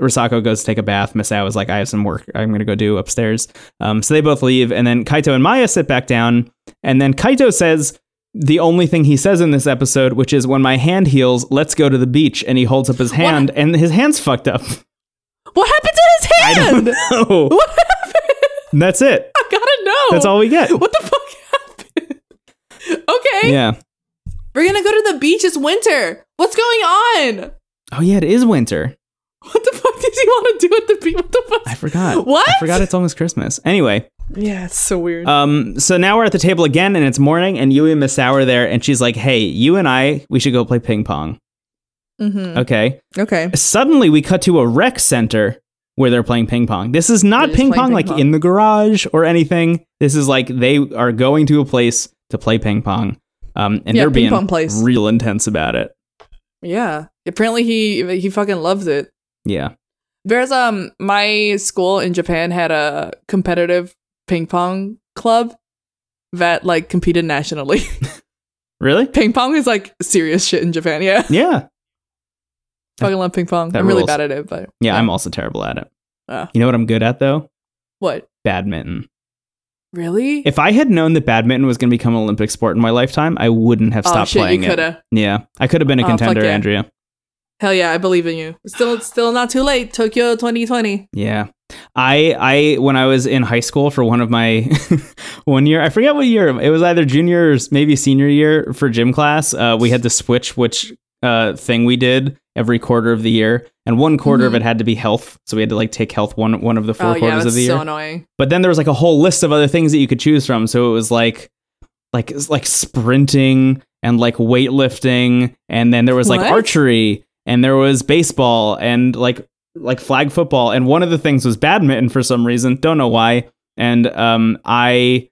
Risako goes to take a bath. Misao is like, I have some work I'm going to go do upstairs. Um, so they both leave. And then Kaito and Maya sit back down. And then Kaito says the only thing he says in this episode, which is, When my hand heals, let's go to the beach. And he holds up his hand, and his hand's fucked up.
What happened to his
I
hand?
don't know.
What happened?
And That's it.
I gotta know.
That's all we get.
What the fuck happened? okay.
Yeah.
We're gonna go to the beach. It's winter. What's going on?
Oh, yeah, it is winter.
What the fuck does he want to do at the beach? What the fuck?
I forgot.
What?
I forgot it's almost Christmas. Anyway.
yeah, it's so weird.
Um, so now we're at the table again, and it's morning, and Yui and Misao are there, and she's like, "Hey, you and I, we should go play ping pong."
mm-hmm.
Okay.
Okay.
Suddenly, we cut to a rec center where they're playing ping pong. This is not
They're just
ping
playing
pong
ping
like
pong.
in the garage or anything. This is like they are going to a place to play ping pong, um, and
Yeah,
they're
ping
being
pong place.
real intense about it.
Yeah. Apparently he he fucking loves it.
Yeah.
There's um my school in Japan had a competitive ping pong club that like competed nationally.
Really?
ping pong is like serious shit in Japan. Yeah,
Yeah.
fucking love ping pong.
That
I'm really
rules.
bad at it, but
Yeah. I'm also terrible at it.
Ah.
You know what I'm good at though?
what
Badminton.
really?
If I had known that badminton was going to become an Olympic sport in my lifetime, I wouldn't have
Oh,
stopped
shit, you
playing it.
coulda.
Yeah, I could have been a
Oh, fuck
contender,
yeah.
Andrea.
Hell yeah, I believe in you. Still, still not too late. Tokyo 2020.
Yeah, I I when I was in high school for one of my one year, I forget what year it was, either junior or s- maybe senior year for gym class. Uh, we had to switch which uh, thing we did every quarter of the year, and one quarter of it had to be health, so we had to like take health one one of the four
Mm-hmm. Oh yeah,
quarters of
that's
the year.
so annoying.
but then there was like a whole list of other things that you could choose from so it was like like it's like sprinting and like weightlifting and then there was like
What?
archery and there was baseball and like like flag football and one of the things was badminton for some reason don't know why and um i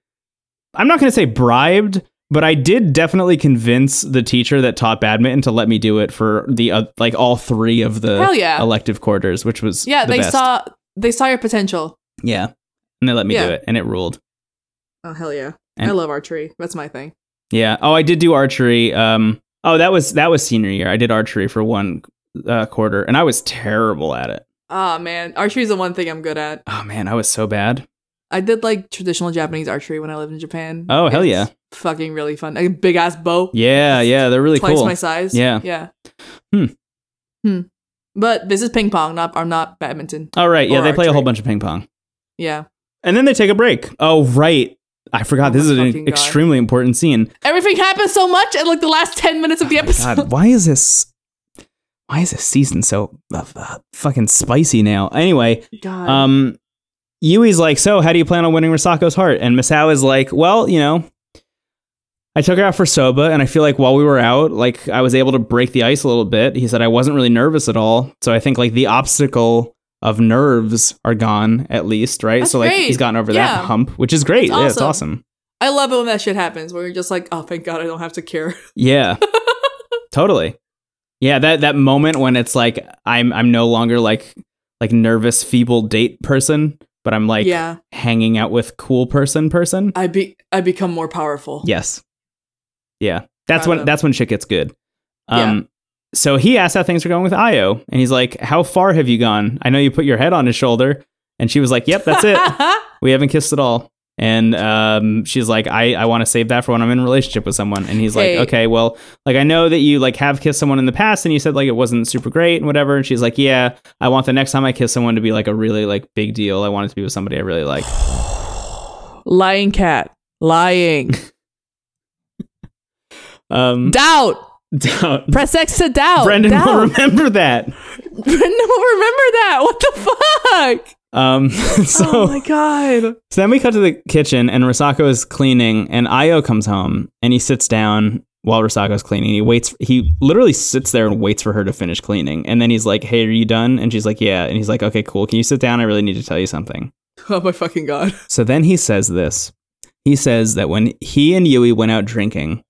i'm not going to say bribed but i did definitely convince the teacher that taught badminton to let me do it for the uh, like all three of the
Hell yeah.
elective quarters which was
Yeah,
the
they
best.
saw they saw your potential.
yeah and they let me do
Yeah.
it and it ruled
Oh hell yeah, I
And-
love archery. That's my thing.
Yeah. Oh, I did do archery. Um. Oh, that was that was senior year. I did archery for one uh, quarter, and I was terrible at it.
Ah man, archery's the one thing I'm good at.
Oh man, I was so bad.
I did like traditional Japanese archery when I lived in Japan.
Oh, hell
It's
yeah.
fucking really fun. A big ass bow,
Yeah, Hmm. yeah, they're really
twice
cool.
my size.
Yeah.
yeah. Hmm. But this is ping pong, not I'm not badminton.
All right, yeah,
Or
they play a whole
archery.
bunch of ping pong.
Yeah.
And then they take a break. Oh, right. I forgot. this
my
is
fucking
an
God.
extremely important scene.
Everything happens so much in like the last 10 minutes of the episode.
Oh God, why is this? Why is this season so uh, uh, fucking spicy now? Anyway,
God.
um, Yui's like, so how do you plan on winning Risako's heart? And Masao is like, well, you know, I took her out for soba, and I feel like while we were out, like I was able to break the ice a little bit. He said I wasn't really nervous at all, so I think like the obstacle of nerves are gone at least, right?
That's
so like
great.
he's gotten over
Yeah.
that hump, which is great.
That's
yeah, it's
awesome.
awesome.
I love it when that shit happens where you're just like, oh thank God I don't have to care.
Yeah. totally. Yeah, that that moment when it's like I'm I'm no longer like like nervous feeble date person, but I'm like
yeah.
hanging out with cool person person.
I be I become more powerful.
yes. Yeah. That's
Proud
when
of.
that's when shit gets good.
Yeah.
Um so he asks how things are going with Io and he's like, "How far have you gone? I know you put your head on his shoulder." And she was like, "Yep, that's it. we haven't kissed at all." And um, she's like, I, I want to save that for when I'm in a relationship with someone. And he's
Hey.
like, okay, well, like I know that you like have kissed someone in the past, and you said like it wasn't super great and whatever. And she's like, yeah, I want the next time I kiss someone to be like a really like big deal. I want it to be with somebody I really like.
Lying cat. Lying.
Um,
doubt.
doubt.
Press X to doubt.
Brendan
doubt.
will remember that.
Brendan will remember that. What the fuck?
Um, so
oh my god.
So then we cut to the kitchen, and Risako is cleaning, and Io comes home, and he sits down while Risako's cleaning. He waits. He literally sits there and waits for her to finish cleaning, and then he's like, "Hey, are you done?" And she's like, "Yeah." And he's like, "Okay, cool. Can you sit down? I really need to tell you something."
Oh my fucking god.
So then he says this. He says that when he and Yui went out drinking,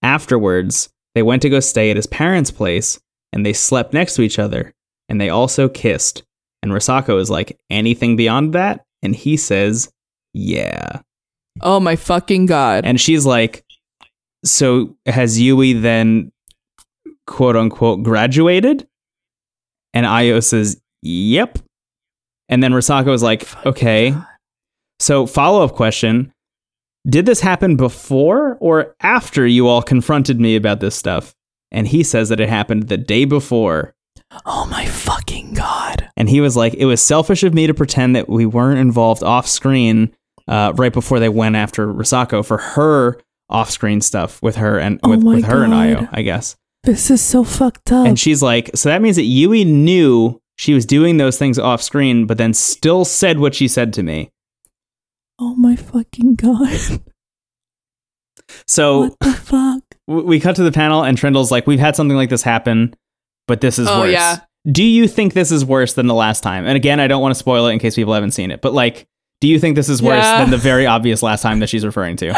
afterwards they went to go stay at his parents' place, and they slept next to each other, and they also kissed. And Risako is like, "Anything beyond that?" And he says, "Yeah."
Oh my fucking god.
And she's like, So has Yui then quote unquote graduated? And Io says, Yep. And then Risako is like, Okay. So follow up question Did this happen before or after you all confronted me about this stuff? And he says that it happened the day before.
oh my fucking god.
And he was like, It was selfish of me to pretend that we weren't involved off screen uh, right before they went after Risako for her off screen stuff with her and
Oh
with,
my
with her and Io,
God. Oh.
I guess.
This is so fucked up.
And she's like, So that means that Yui knew she was doing those things off screen, but then still said what she said to me.
oh my fucking god.
So
What the fuck?
w- we cut to the panel, and Trindle's like, We've had something like this happen, but this is
Oh,
worse.
yeah.
Do you think this is worse than the last time? And again, I don't want to spoil it in case people haven't seen it, but like, do you think this is worse
Yeah.
than the very obvious last time that she's referring to?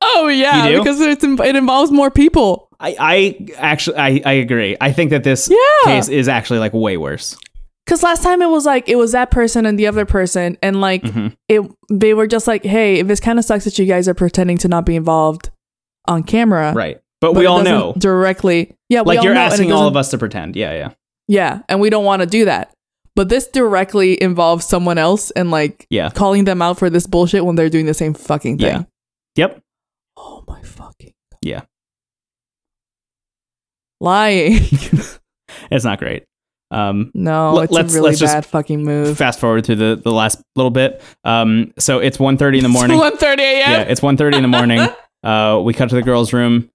Oh yeah,
You do?
because it's it involves more people.
I, I actually I, I agree. I think that this
Yeah.
case is actually like way worse.
Cause last time it was like it was that person and the other person, and like
Mhm.
it, they were just like, "Hey, this kind of sucks that you guys are pretending to not be involved on camera,
Right. But,
But
we
it
all
doesn't
know.
directly. Yeah, we
Like
all
you're
know, and it
asking all
doesn't-
of us to pretend. Yeah, yeah.
Yeah, and we don't want to do that. But this directly involves someone else and like
Yeah.
calling them out for this bullshit when they're doing the same fucking thing.
Yeah. Yep.
Oh my fucking God.
Yeah.
Lying.
It's not great. Um
No,
Let-
it's
let's-
a really
let's just
bad fucking move.
fast forward through the, the last little bit. Um so it's 1.30 in the morning.
One thirty
yeah,
a.m.
it's 1.30 in the morning. Uh we cut to the girls' room.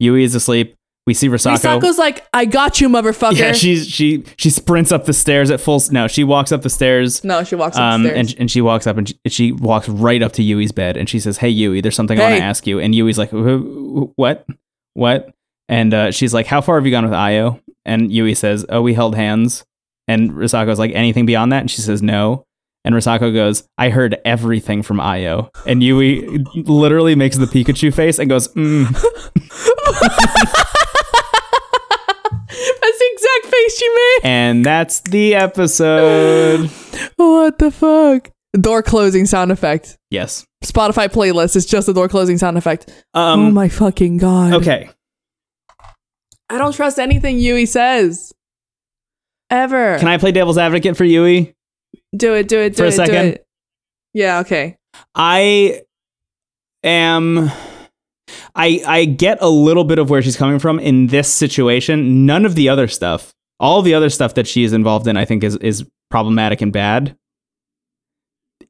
Yui is asleep. We see Risako.
Misako's like, I got you, motherfucker.
yeah, she's she she sprints up the stairs at full s- no, she walks up the stairs.
no, she walks
Um,
upstairs.
and, and she walks up and she, she walks right up to Yui's bed and she says, Hey, Yui, there's something I want
Hey.
to ask you. And Yui's like, "Wh- wh- What? What? And uh, she's like, How far have you gone with Io? And Yui says, Oh, we held hands. And Risako's like, Anything beyond that? And she says, No. And Risako goes, I heard everything from Io. And Yui literally makes the Pikachu face and goes, mm.
That's the exact face she made.
And that's the episode.
What the fuck? Door closing sound effect.
Yes.
Spotify playlist. It's just the door closing sound effect. oh
Um,
my fucking god.
okay.
I don't trust anything Yui says. Ever.
Can I play devil's advocate for Yui?
do it, do it, do
For a
it,
second?
do it. Yeah, okay.
I am I I get a little bit of where she's coming from in this situation. None of the other stuff. All the other stuff that she is involved in, I think, is is problematic and bad.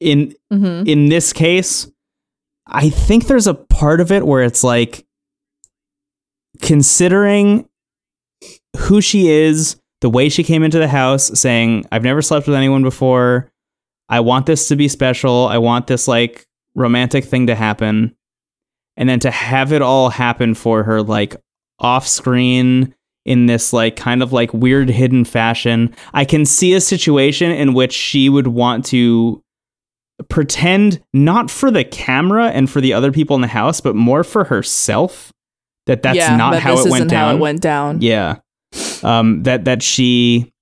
In
Mm-hmm.
in this case, I think there's a part of it where it's like considering who she is, the way she came into the house, saying, I've never slept with anyone before. I want this to be special. I want this like romantic thing to happen. And then to have it all happen for her, like off screen in this like kind of like weird hidden fashion. I can see a situation in which she would want to pretend not for the camera and for the other people in the house, but more for herself that that's
yeah,
not
that
how
this
it went
isn't
down.
how it went down.
Yeah. Um that that she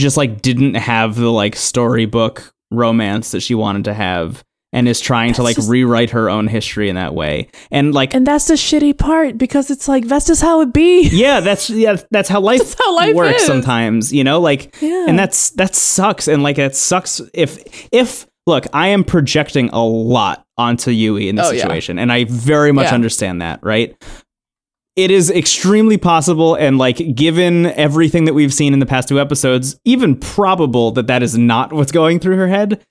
just like didn't have the like storybook romance that she wanted to have and is trying to
That's
like
just-
rewrite her own history in that way. And like
And that's the shitty part because it's like that's just how it be.
yeah, that's yeah, that's how life,
That's how life
works
is.
sometimes, you know? Like
Yeah.
and that's that sucks and like that sucks if if look i am projecting a lot onto yui in this
Oh, yeah.
situation and i very much
Yeah.
understand that right it is extremely possible and like given everything that we've seen in the past two episodes even probable that that is not what's going through her head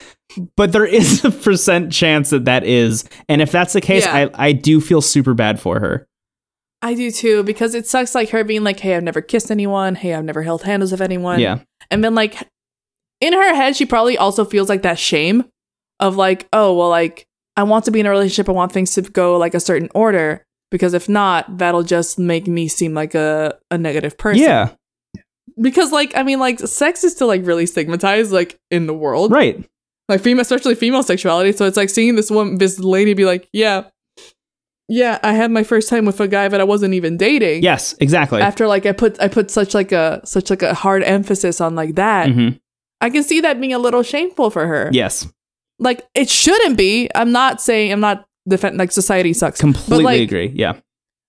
but there is a percent chance that that is and if that's the case
Yeah.
i i do feel super bad for her
I do too because it sucks like her being like, "Hey, I've never kissed anyone. Hey, I've never held handles of anyone."
yeah
and then like in her head, she probably also feels like that shame of like, "Oh, well, like I want to be in a relationship. I want things to go like a certain order because if not, that'll just make me seem like a a negative person."
yeah
because like I mean, like sex is still like really stigmatized like in the world,
right
like female especially female sexuality so it's like seeing this one this lady be like yeah yeah i had my first time with a guy that i wasn't even dating
yes exactly
after like i put i put such like a such like a hard emphasis on like that
Mhm.
i can see that being a little shameful for her
yes
like it shouldn't be i'm not saying i'm not defend like society sucks
completely
but like
agree yeah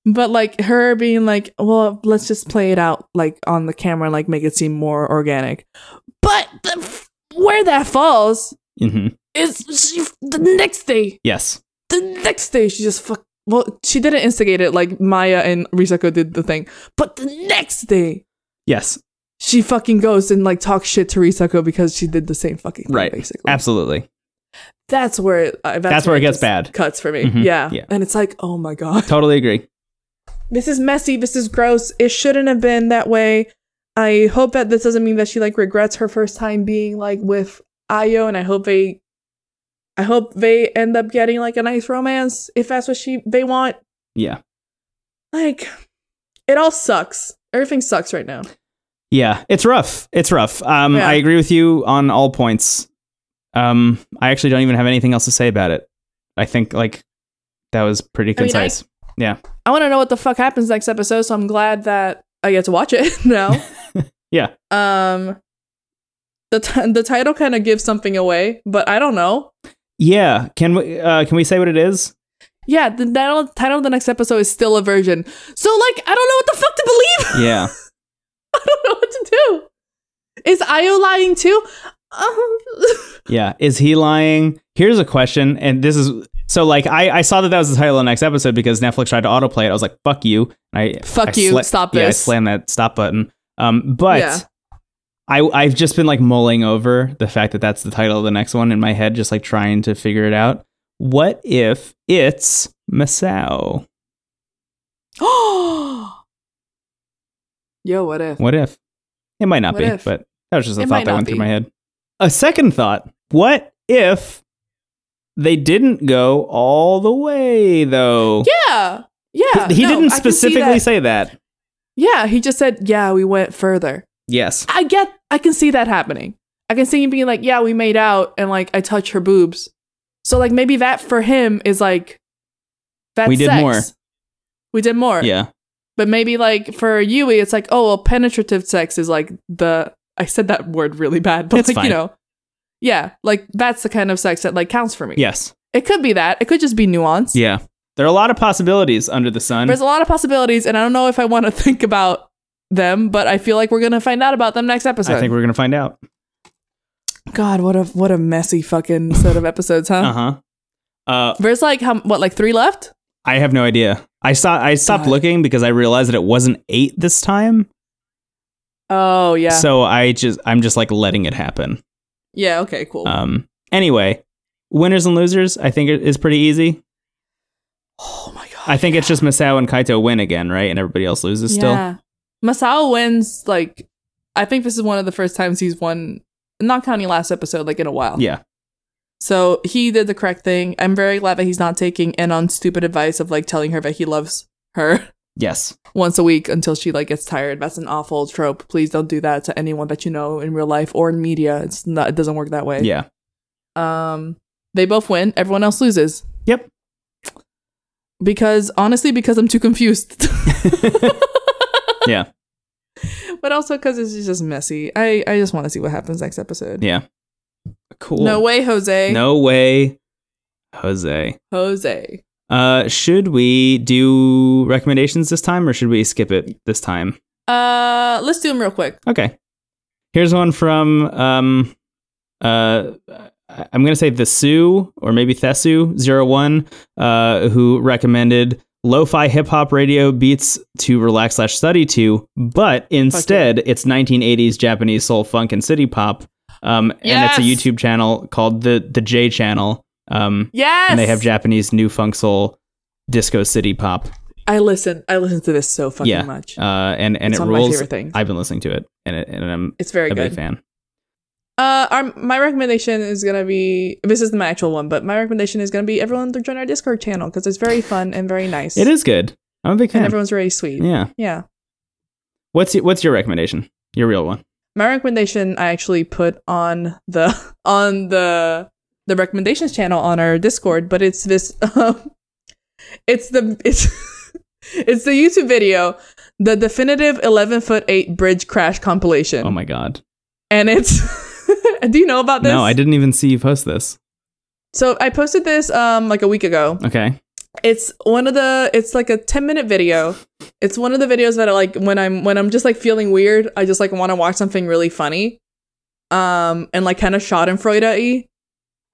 but like her being like well let's just play it out like on the camera and like make it seem more organic but the, f- where that falls
hmm
is she, the next day
yes
the next day she just fuck well she didn't instigate it like maya and risako did the thing but the next day
Yes,
she fucking goes and like talks shit to risako because she did the same fucking thing
right.
basically
Absolutely.
that's where it, uh, that's,
where it gets
just
bad.
cuts for me
Mhm.
yeah.
Yeah.
and it's like oh my god
Totally agree.
this is messy this is gross it shouldn't have been that way i hope that this doesn't mean that she like regrets her first time being like with ayo and i hope they i hope they end up getting like a nice romance if that's what she they want
Yeah.
like it all sucks everything sucks right now
Yeah. It's rough. It's rough. Um,
Yeah.
I agree with you on all points. Um, I actually don't even have anything else to say about it. I think like that was pretty
I mean, I-
concise. yeah.
i want to know what the fuck happens next episode so i'm glad that i get to watch it now
Yeah.
um the t- the title kind of gives something away but i don't know
Yeah. Can we uh, can we say what it is?
yeah the title, title of the next episode is still a virgin so like i don't know what the fuck to believe
Yeah.
i don't know what to do is io lying too um,
Yeah. Is he lying? Here's a question. And this is so like I, I saw that that was the title of the next episode because Netflix tried to autoplay it. I was like, fuck you. I
Fuck
I
you. Stop
Yeah, I
this.
slammed that stop button. Um, but
Yeah.
I I've just been like mulling over the fact that that's the title of the next one in my head, just like trying to figure it out. What if it's Masao?
yo what if
What if? It might not
What
be,
if?
but that was just a
It
thought
might
that
not
went through
be.
my head. A second thought. What if they didn't go all the way though?
yeah yeah
he
no,
didn't
I can see
specifically
that.
say that.
Yeah, he just said, "Yeah, we went further."
Yes.
I get, I can see that happening. I can see him being like, "Yeah, we made out," and like I touch her boobs. So like maybe that for him is like, that's
We did
sex.
more.
We did more.
Yeah.
But maybe like for Yui, it's like, oh, well, penetrative sex is like the. I said that word really bad, but
It's
like
fine.
you know, yeah, like that's the kind of sex that like counts for me.
Yes.
it could be that. It could just be nuance.
Yeah. There are a lot of possibilities under the sun.
There's a lot of possibilities, and I don't know if I want to think about them, but I feel like we're gonna find out about them next episode.
I think we're gonna find out.
God, what a what a messy fucking set of episodes, huh?
Uh-huh. Uh
There's like how what like three left?
I have no idea. I saw I stopped
God.
looking because I realized that it wasn't eight this time.
Oh yeah.
So I just I'm just like letting it happen.
yeah. Okay. Cool.
Um anyway, winners and losers I think it is pretty easy.
oh my god.
I think it's just Masao and Kaito win again, right? And everybody else loses still.
Yeah. Masao wins like I think this is one of the first times he's won not counting last episode like in a while.
Yeah.
So he did the correct thing. I'm very glad that he's not taking in on stupid advice of like telling her that he loves her
Yes.
once a week until she like gets tired. That's an awful trope. Please don't do that to anyone that you know in real life or in media. It's not it doesn't work that way.
Yeah.
Um they both win, everyone else loses.
Yep.
Because honestly, because I'm too confused.
Yeah.
but also because it's just messy. I, I just want to see what happens next episode.
Yeah. Cool.
No way, Jose.
No way. Jose.
Jose.
Uh should we do recommendations this time or should we skip it this time?
Uh, let's do him real quick.
Okay. Here's one from um uh I- I'm gonna say the Sue or maybe Thesu one uh who recommended lo-fi hip hop radio beats to relax slash study to, but instead it's 1980s Japanese soul funk and city pop. Um and
Yes!
it's a YouTube channel called the the J channel. Um
Yes.
and they have Japanese new funk soul disco city pop.
I listen. I listen to this so fucking
yeah.
much.
Uh and, and
It's
it
one of my
rules.
favorite things.
I've been listening to it and it, and I'm
it's very
a
good.
big fan.
Uh, our, my recommendation is gonna be this is my actual one, but my recommendation is gonna be everyone to join our Discord channel because it's very fun and very nice.
It is good. I'm a big
and
fan.
everyone's really sweet.
yeah.
yeah.
What's your, what's your recommendation? Your real one.
my recommendation I actually put on the on the the recommendations channel on our Discord, but it's this um, it's the it's it's the YouTube video, the definitive eleven foot eight bridge crash compilation.
Oh my god.
and it's do you know about Um, this?
No, I didn't even see you post this.
So I posted this um like a week ago.
Okay.
It's one of the it's like a 10 minute video. It's one of the videos that I like when I'm when I'm just like feeling weird, I just like want to watch something really funny. Um and like kind of schadenfreude-y.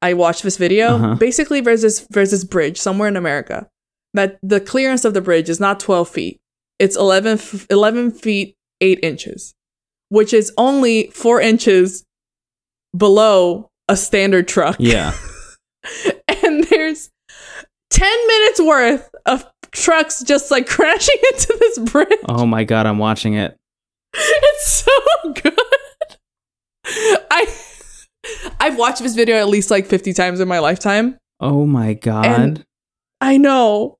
I watched this video.
Uh-huh.
Basically there's this there's this bridge somewhere in America that the clearance of the bridge is not 12 feet. It's 11 f- 11 feet 8 inches, which is only 4 inches below a standard truck
Yeah.
and there's 10 minutes worth of trucks just like crashing into this bridge.
oh my god, I'm watching it.
It's so good. I I've watched this video at least like 50 times in my lifetime.
Oh my god.
And- I know.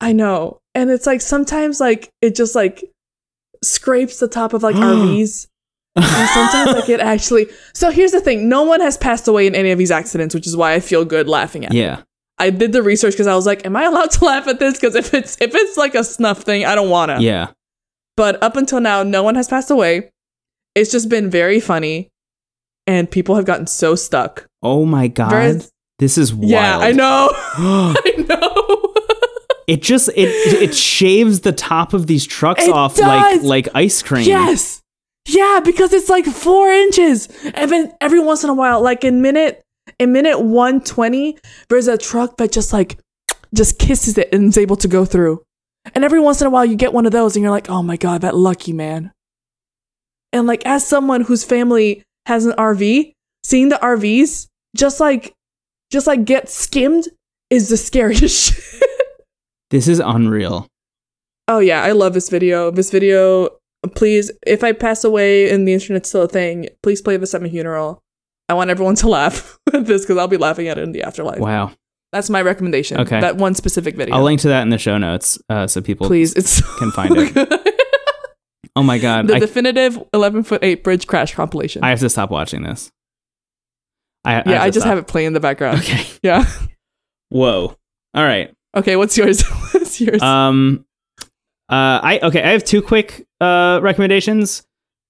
I know. And it's like sometimes like it just like scrapes the top of like RVs. And sometimes like it actually So here's the thing, no one has passed away in any of these accidents, which is why I feel good laughing at it.
yeah.
I did the research because I was like, am I allowed to laugh at this? Because if it's if it's like a snuff thing, I don't wanna.
Yeah.
But up until now, no one has passed away. It's just been very funny, and people have gotten so stuck.
Oh my god.
Whereas-
this is wild.
Yeah, I know. I know.
It just it it shaves the top of these trucks
It
off
does!
like like ice cream.
yes. Yeah, because it's like four inches, and then every once in a while, like in minute in minute one twenty, there's a truck that just like just kisses it and is able to go through. And every once in a while, you get one of those, and you're like, oh my god, that lucky man. And like, as someone whose family has an RV, seeing the RVs just like, just like get skimmed is the scariest shit.
This is unreal.
Oh yeah, I love this video. This video, please, if I pass away and the internet's still a thing, please play this at my funeral. I want everyone to laugh at this because I'll be laughing at it in the afterlife.
Wow.
That's my recommendation.
Okay.
That one specific video.
I'll link to that in the show notes uh, so people
please, it's
can find it. Oh my god.
the
I
definitive 11 foot 8 bridge crash compilation.
I have to stop watching this. I, I
yeah, I,
to
just
stop.
have it playing in the background.
Okay.
Yeah.
Whoa. All right.
Okay, what's yours? what's yours?
Um, uh, I okay. I have two quick uh, recommendations.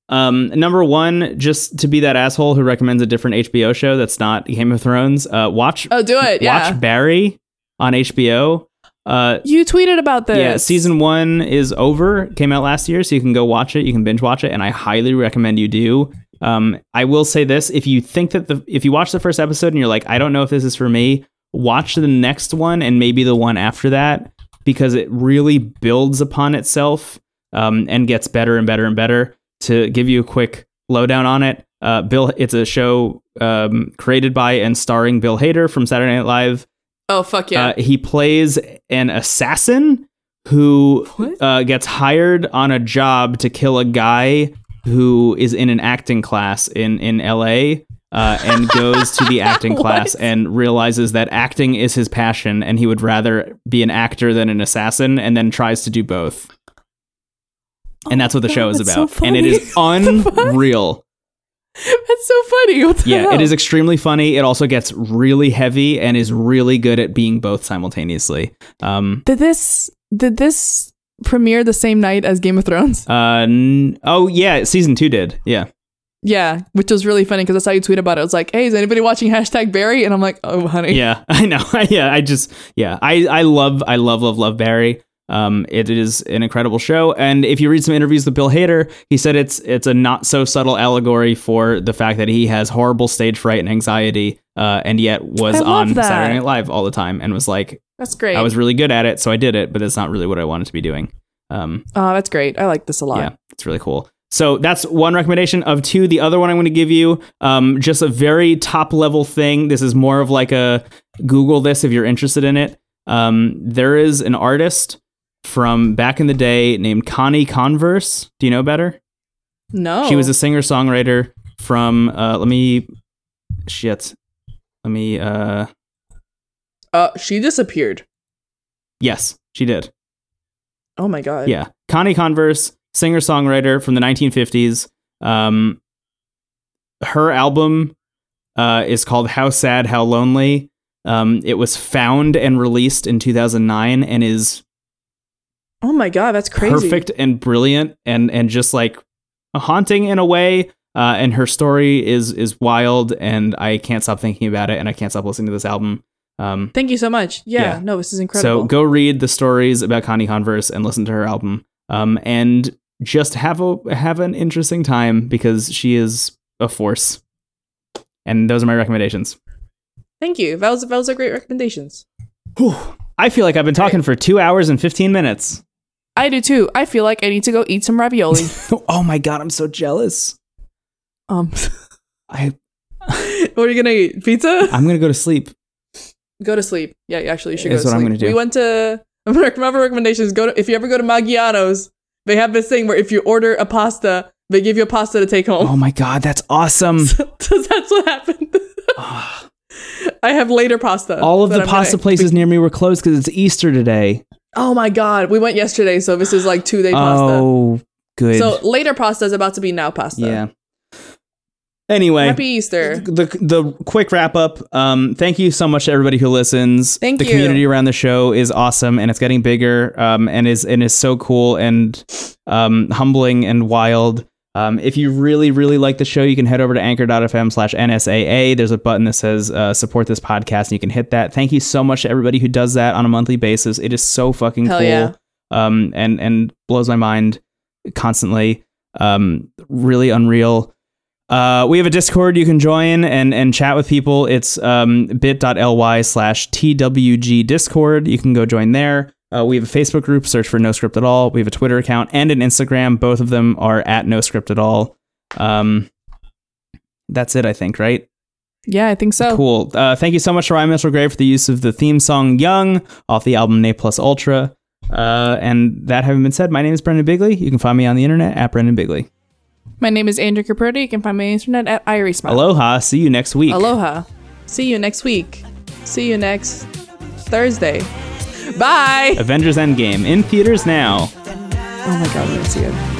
Um, number one, just to be that asshole who recommends a different HBO show that's not Game of Thrones. Uh, watch
oh, do it. Yeah.
watch Barry on HBO. Uh,
you tweeted about this.
yeah, season one is over. Came out last year, so you can go watch it. You can binge watch it, and I highly recommend you do. Um, I will say this: if you think that the if you watch the first episode and you're like, I don't know if this is for me, watch the next one and maybe the one after that because it really builds upon itself um, and gets better and better and better to give you a quick lowdown on it. Uh, Bill, it's a show um, created by and starring Bill Hader from Saturday Night Live.
Oh fuck yeah!
Uh, he plays an assassin who
What?
uh, gets hired on a job to kill a guy who is in an acting class in in L.A. Uh, and goes to the acting class and realizes that acting is his passion and he would rather be an actor than an assassin and then tries to do both. And that's what the
Oh God,
show is
that's
about.
so
and it is unreal.
That's so funny. What the
Yeah,
hell?
it is extremely funny. It also gets really heavy and is really good at being both simultaneously. Um,
did this did this premiere the same night as Game of Thrones?
uh, n- oh yeah, season two did. Yeah,
Yeah, which was really funny because I saw you tweet about it. It was like, "Hey, is anybody watching hashtag Barry?" And I'm like, "Oh, honey,
yeah, I know. yeah, I just yeah, I I love I love love love Barry. Um, it is an incredible show, and if you read some interviews with Bill Hader, he said it's it's a not so subtle allegory for the fact that he has horrible stage fright and anxiety, uh, and yet was
I love
on
that.
Saturday Night Live all the time and was like,
that's great.
I was really good at it, so I did it, but that's not really what I wanted to be doing. Um,
oh, that's great. I like this a lot.
yeah, it's really cool. So that's one recommendation of two. The other one I'm going to give you, um, just a very top level thing. This is more of like a Google this if you're interested in it. Um, there is an artist from back in the day named Connie Converse. Do you know better?
No,
She was a singer songwriter from. Uh, let me, shit. Let me. Uh,
uh, she disappeared.
yes, she did.
Oh my god.
Yeah. Connie Converse, singer songwriter from the 1950s. Um, her album uh, is called How Sad, How Lonely. Um, it was found and released in 2009 and is
Oh my god, that's crazy.
perfect and brilliant and, and just like haunting in a way. Uh, and her story is is wild, and I can't stop thinking about it, and I can't stop listening to this album. Um,
Thank you so much. Yeah,
Yeah.
no, this is incredible.
so go read the stories about Connie Converse and listen to her album. Um, and just have a have an interesting time because she is a force. And those are my recommendations.
Thank you. That was that was a great recommendations.
I feel like I've been talking for two hours and fifteen minutes.
I do too. I feel like I need to go eat some ravioli.
oh my god, I'm so jealous.
um,
I
what are you gonna eat? Pizza?
I'm gonna go to sleep.
go to sleep. Yeah, actually, you should
That's
go to
what I'm gonna
sleep.
do.
We went to my recommendations. Go to if you ever go to Maggiano's, they have this thing where if you order a pasta, they give you a pasta to take
Oh
home.
my god, that's awesome.
so that's what happened. I have later pasta.
All of
that
the
I'm
pasta
gonna-
places near me were closed because it's Easter today.
Oh my god, we went yesterday, so this is like two day pasta.
Oh, good.
So later pasta is about to be now pasta.
yeah. Anyway,
Happy Easter.
the the quick wrap up. Um, thank you so much to everybody who listens.
Thank
the
you.
community around the show is awesome and it's getting bigger. Um, and is and is so cool and um, humbling and wild. Um, if you really, really like the show, you can head over to anchor.fm slash NSAA. There's a button that says uh, support this podcast, and you can hit that. Thank you so much to everybody who does that on a monthly basis. It is so fucking
Hell
cool
yeah.
um, and, and blows my mind constantly. Um, really unreal. Uh, we have a Discord you can join and and chat with people. It's um, bit.ly slash twg Discord. You can go join there. Uh, we have a Facebook group. Search for No Script at All. We have a Twitter account and an Instagram. Both of them are at No Script at All. Um, that's it, I think. Right?
Yeah, I think so.
Cool. Uh, thank you so much to Ryan Mitchell Gray for the use of the theme song "Young" off the album "Nay Plus Ultra." Uh, and that having been said, my name is Brendan Bigley. You can find me on the internet at Brendan Bigley.
My name is Andrew Caprodi. You can find me on the internet at Irie Smile.
Aloha. See you next week.
Aloha. See you next week. See you next Thursday. Bye.
Avengers Endgame in theaters now.
Oh my god, I'm gonna see it.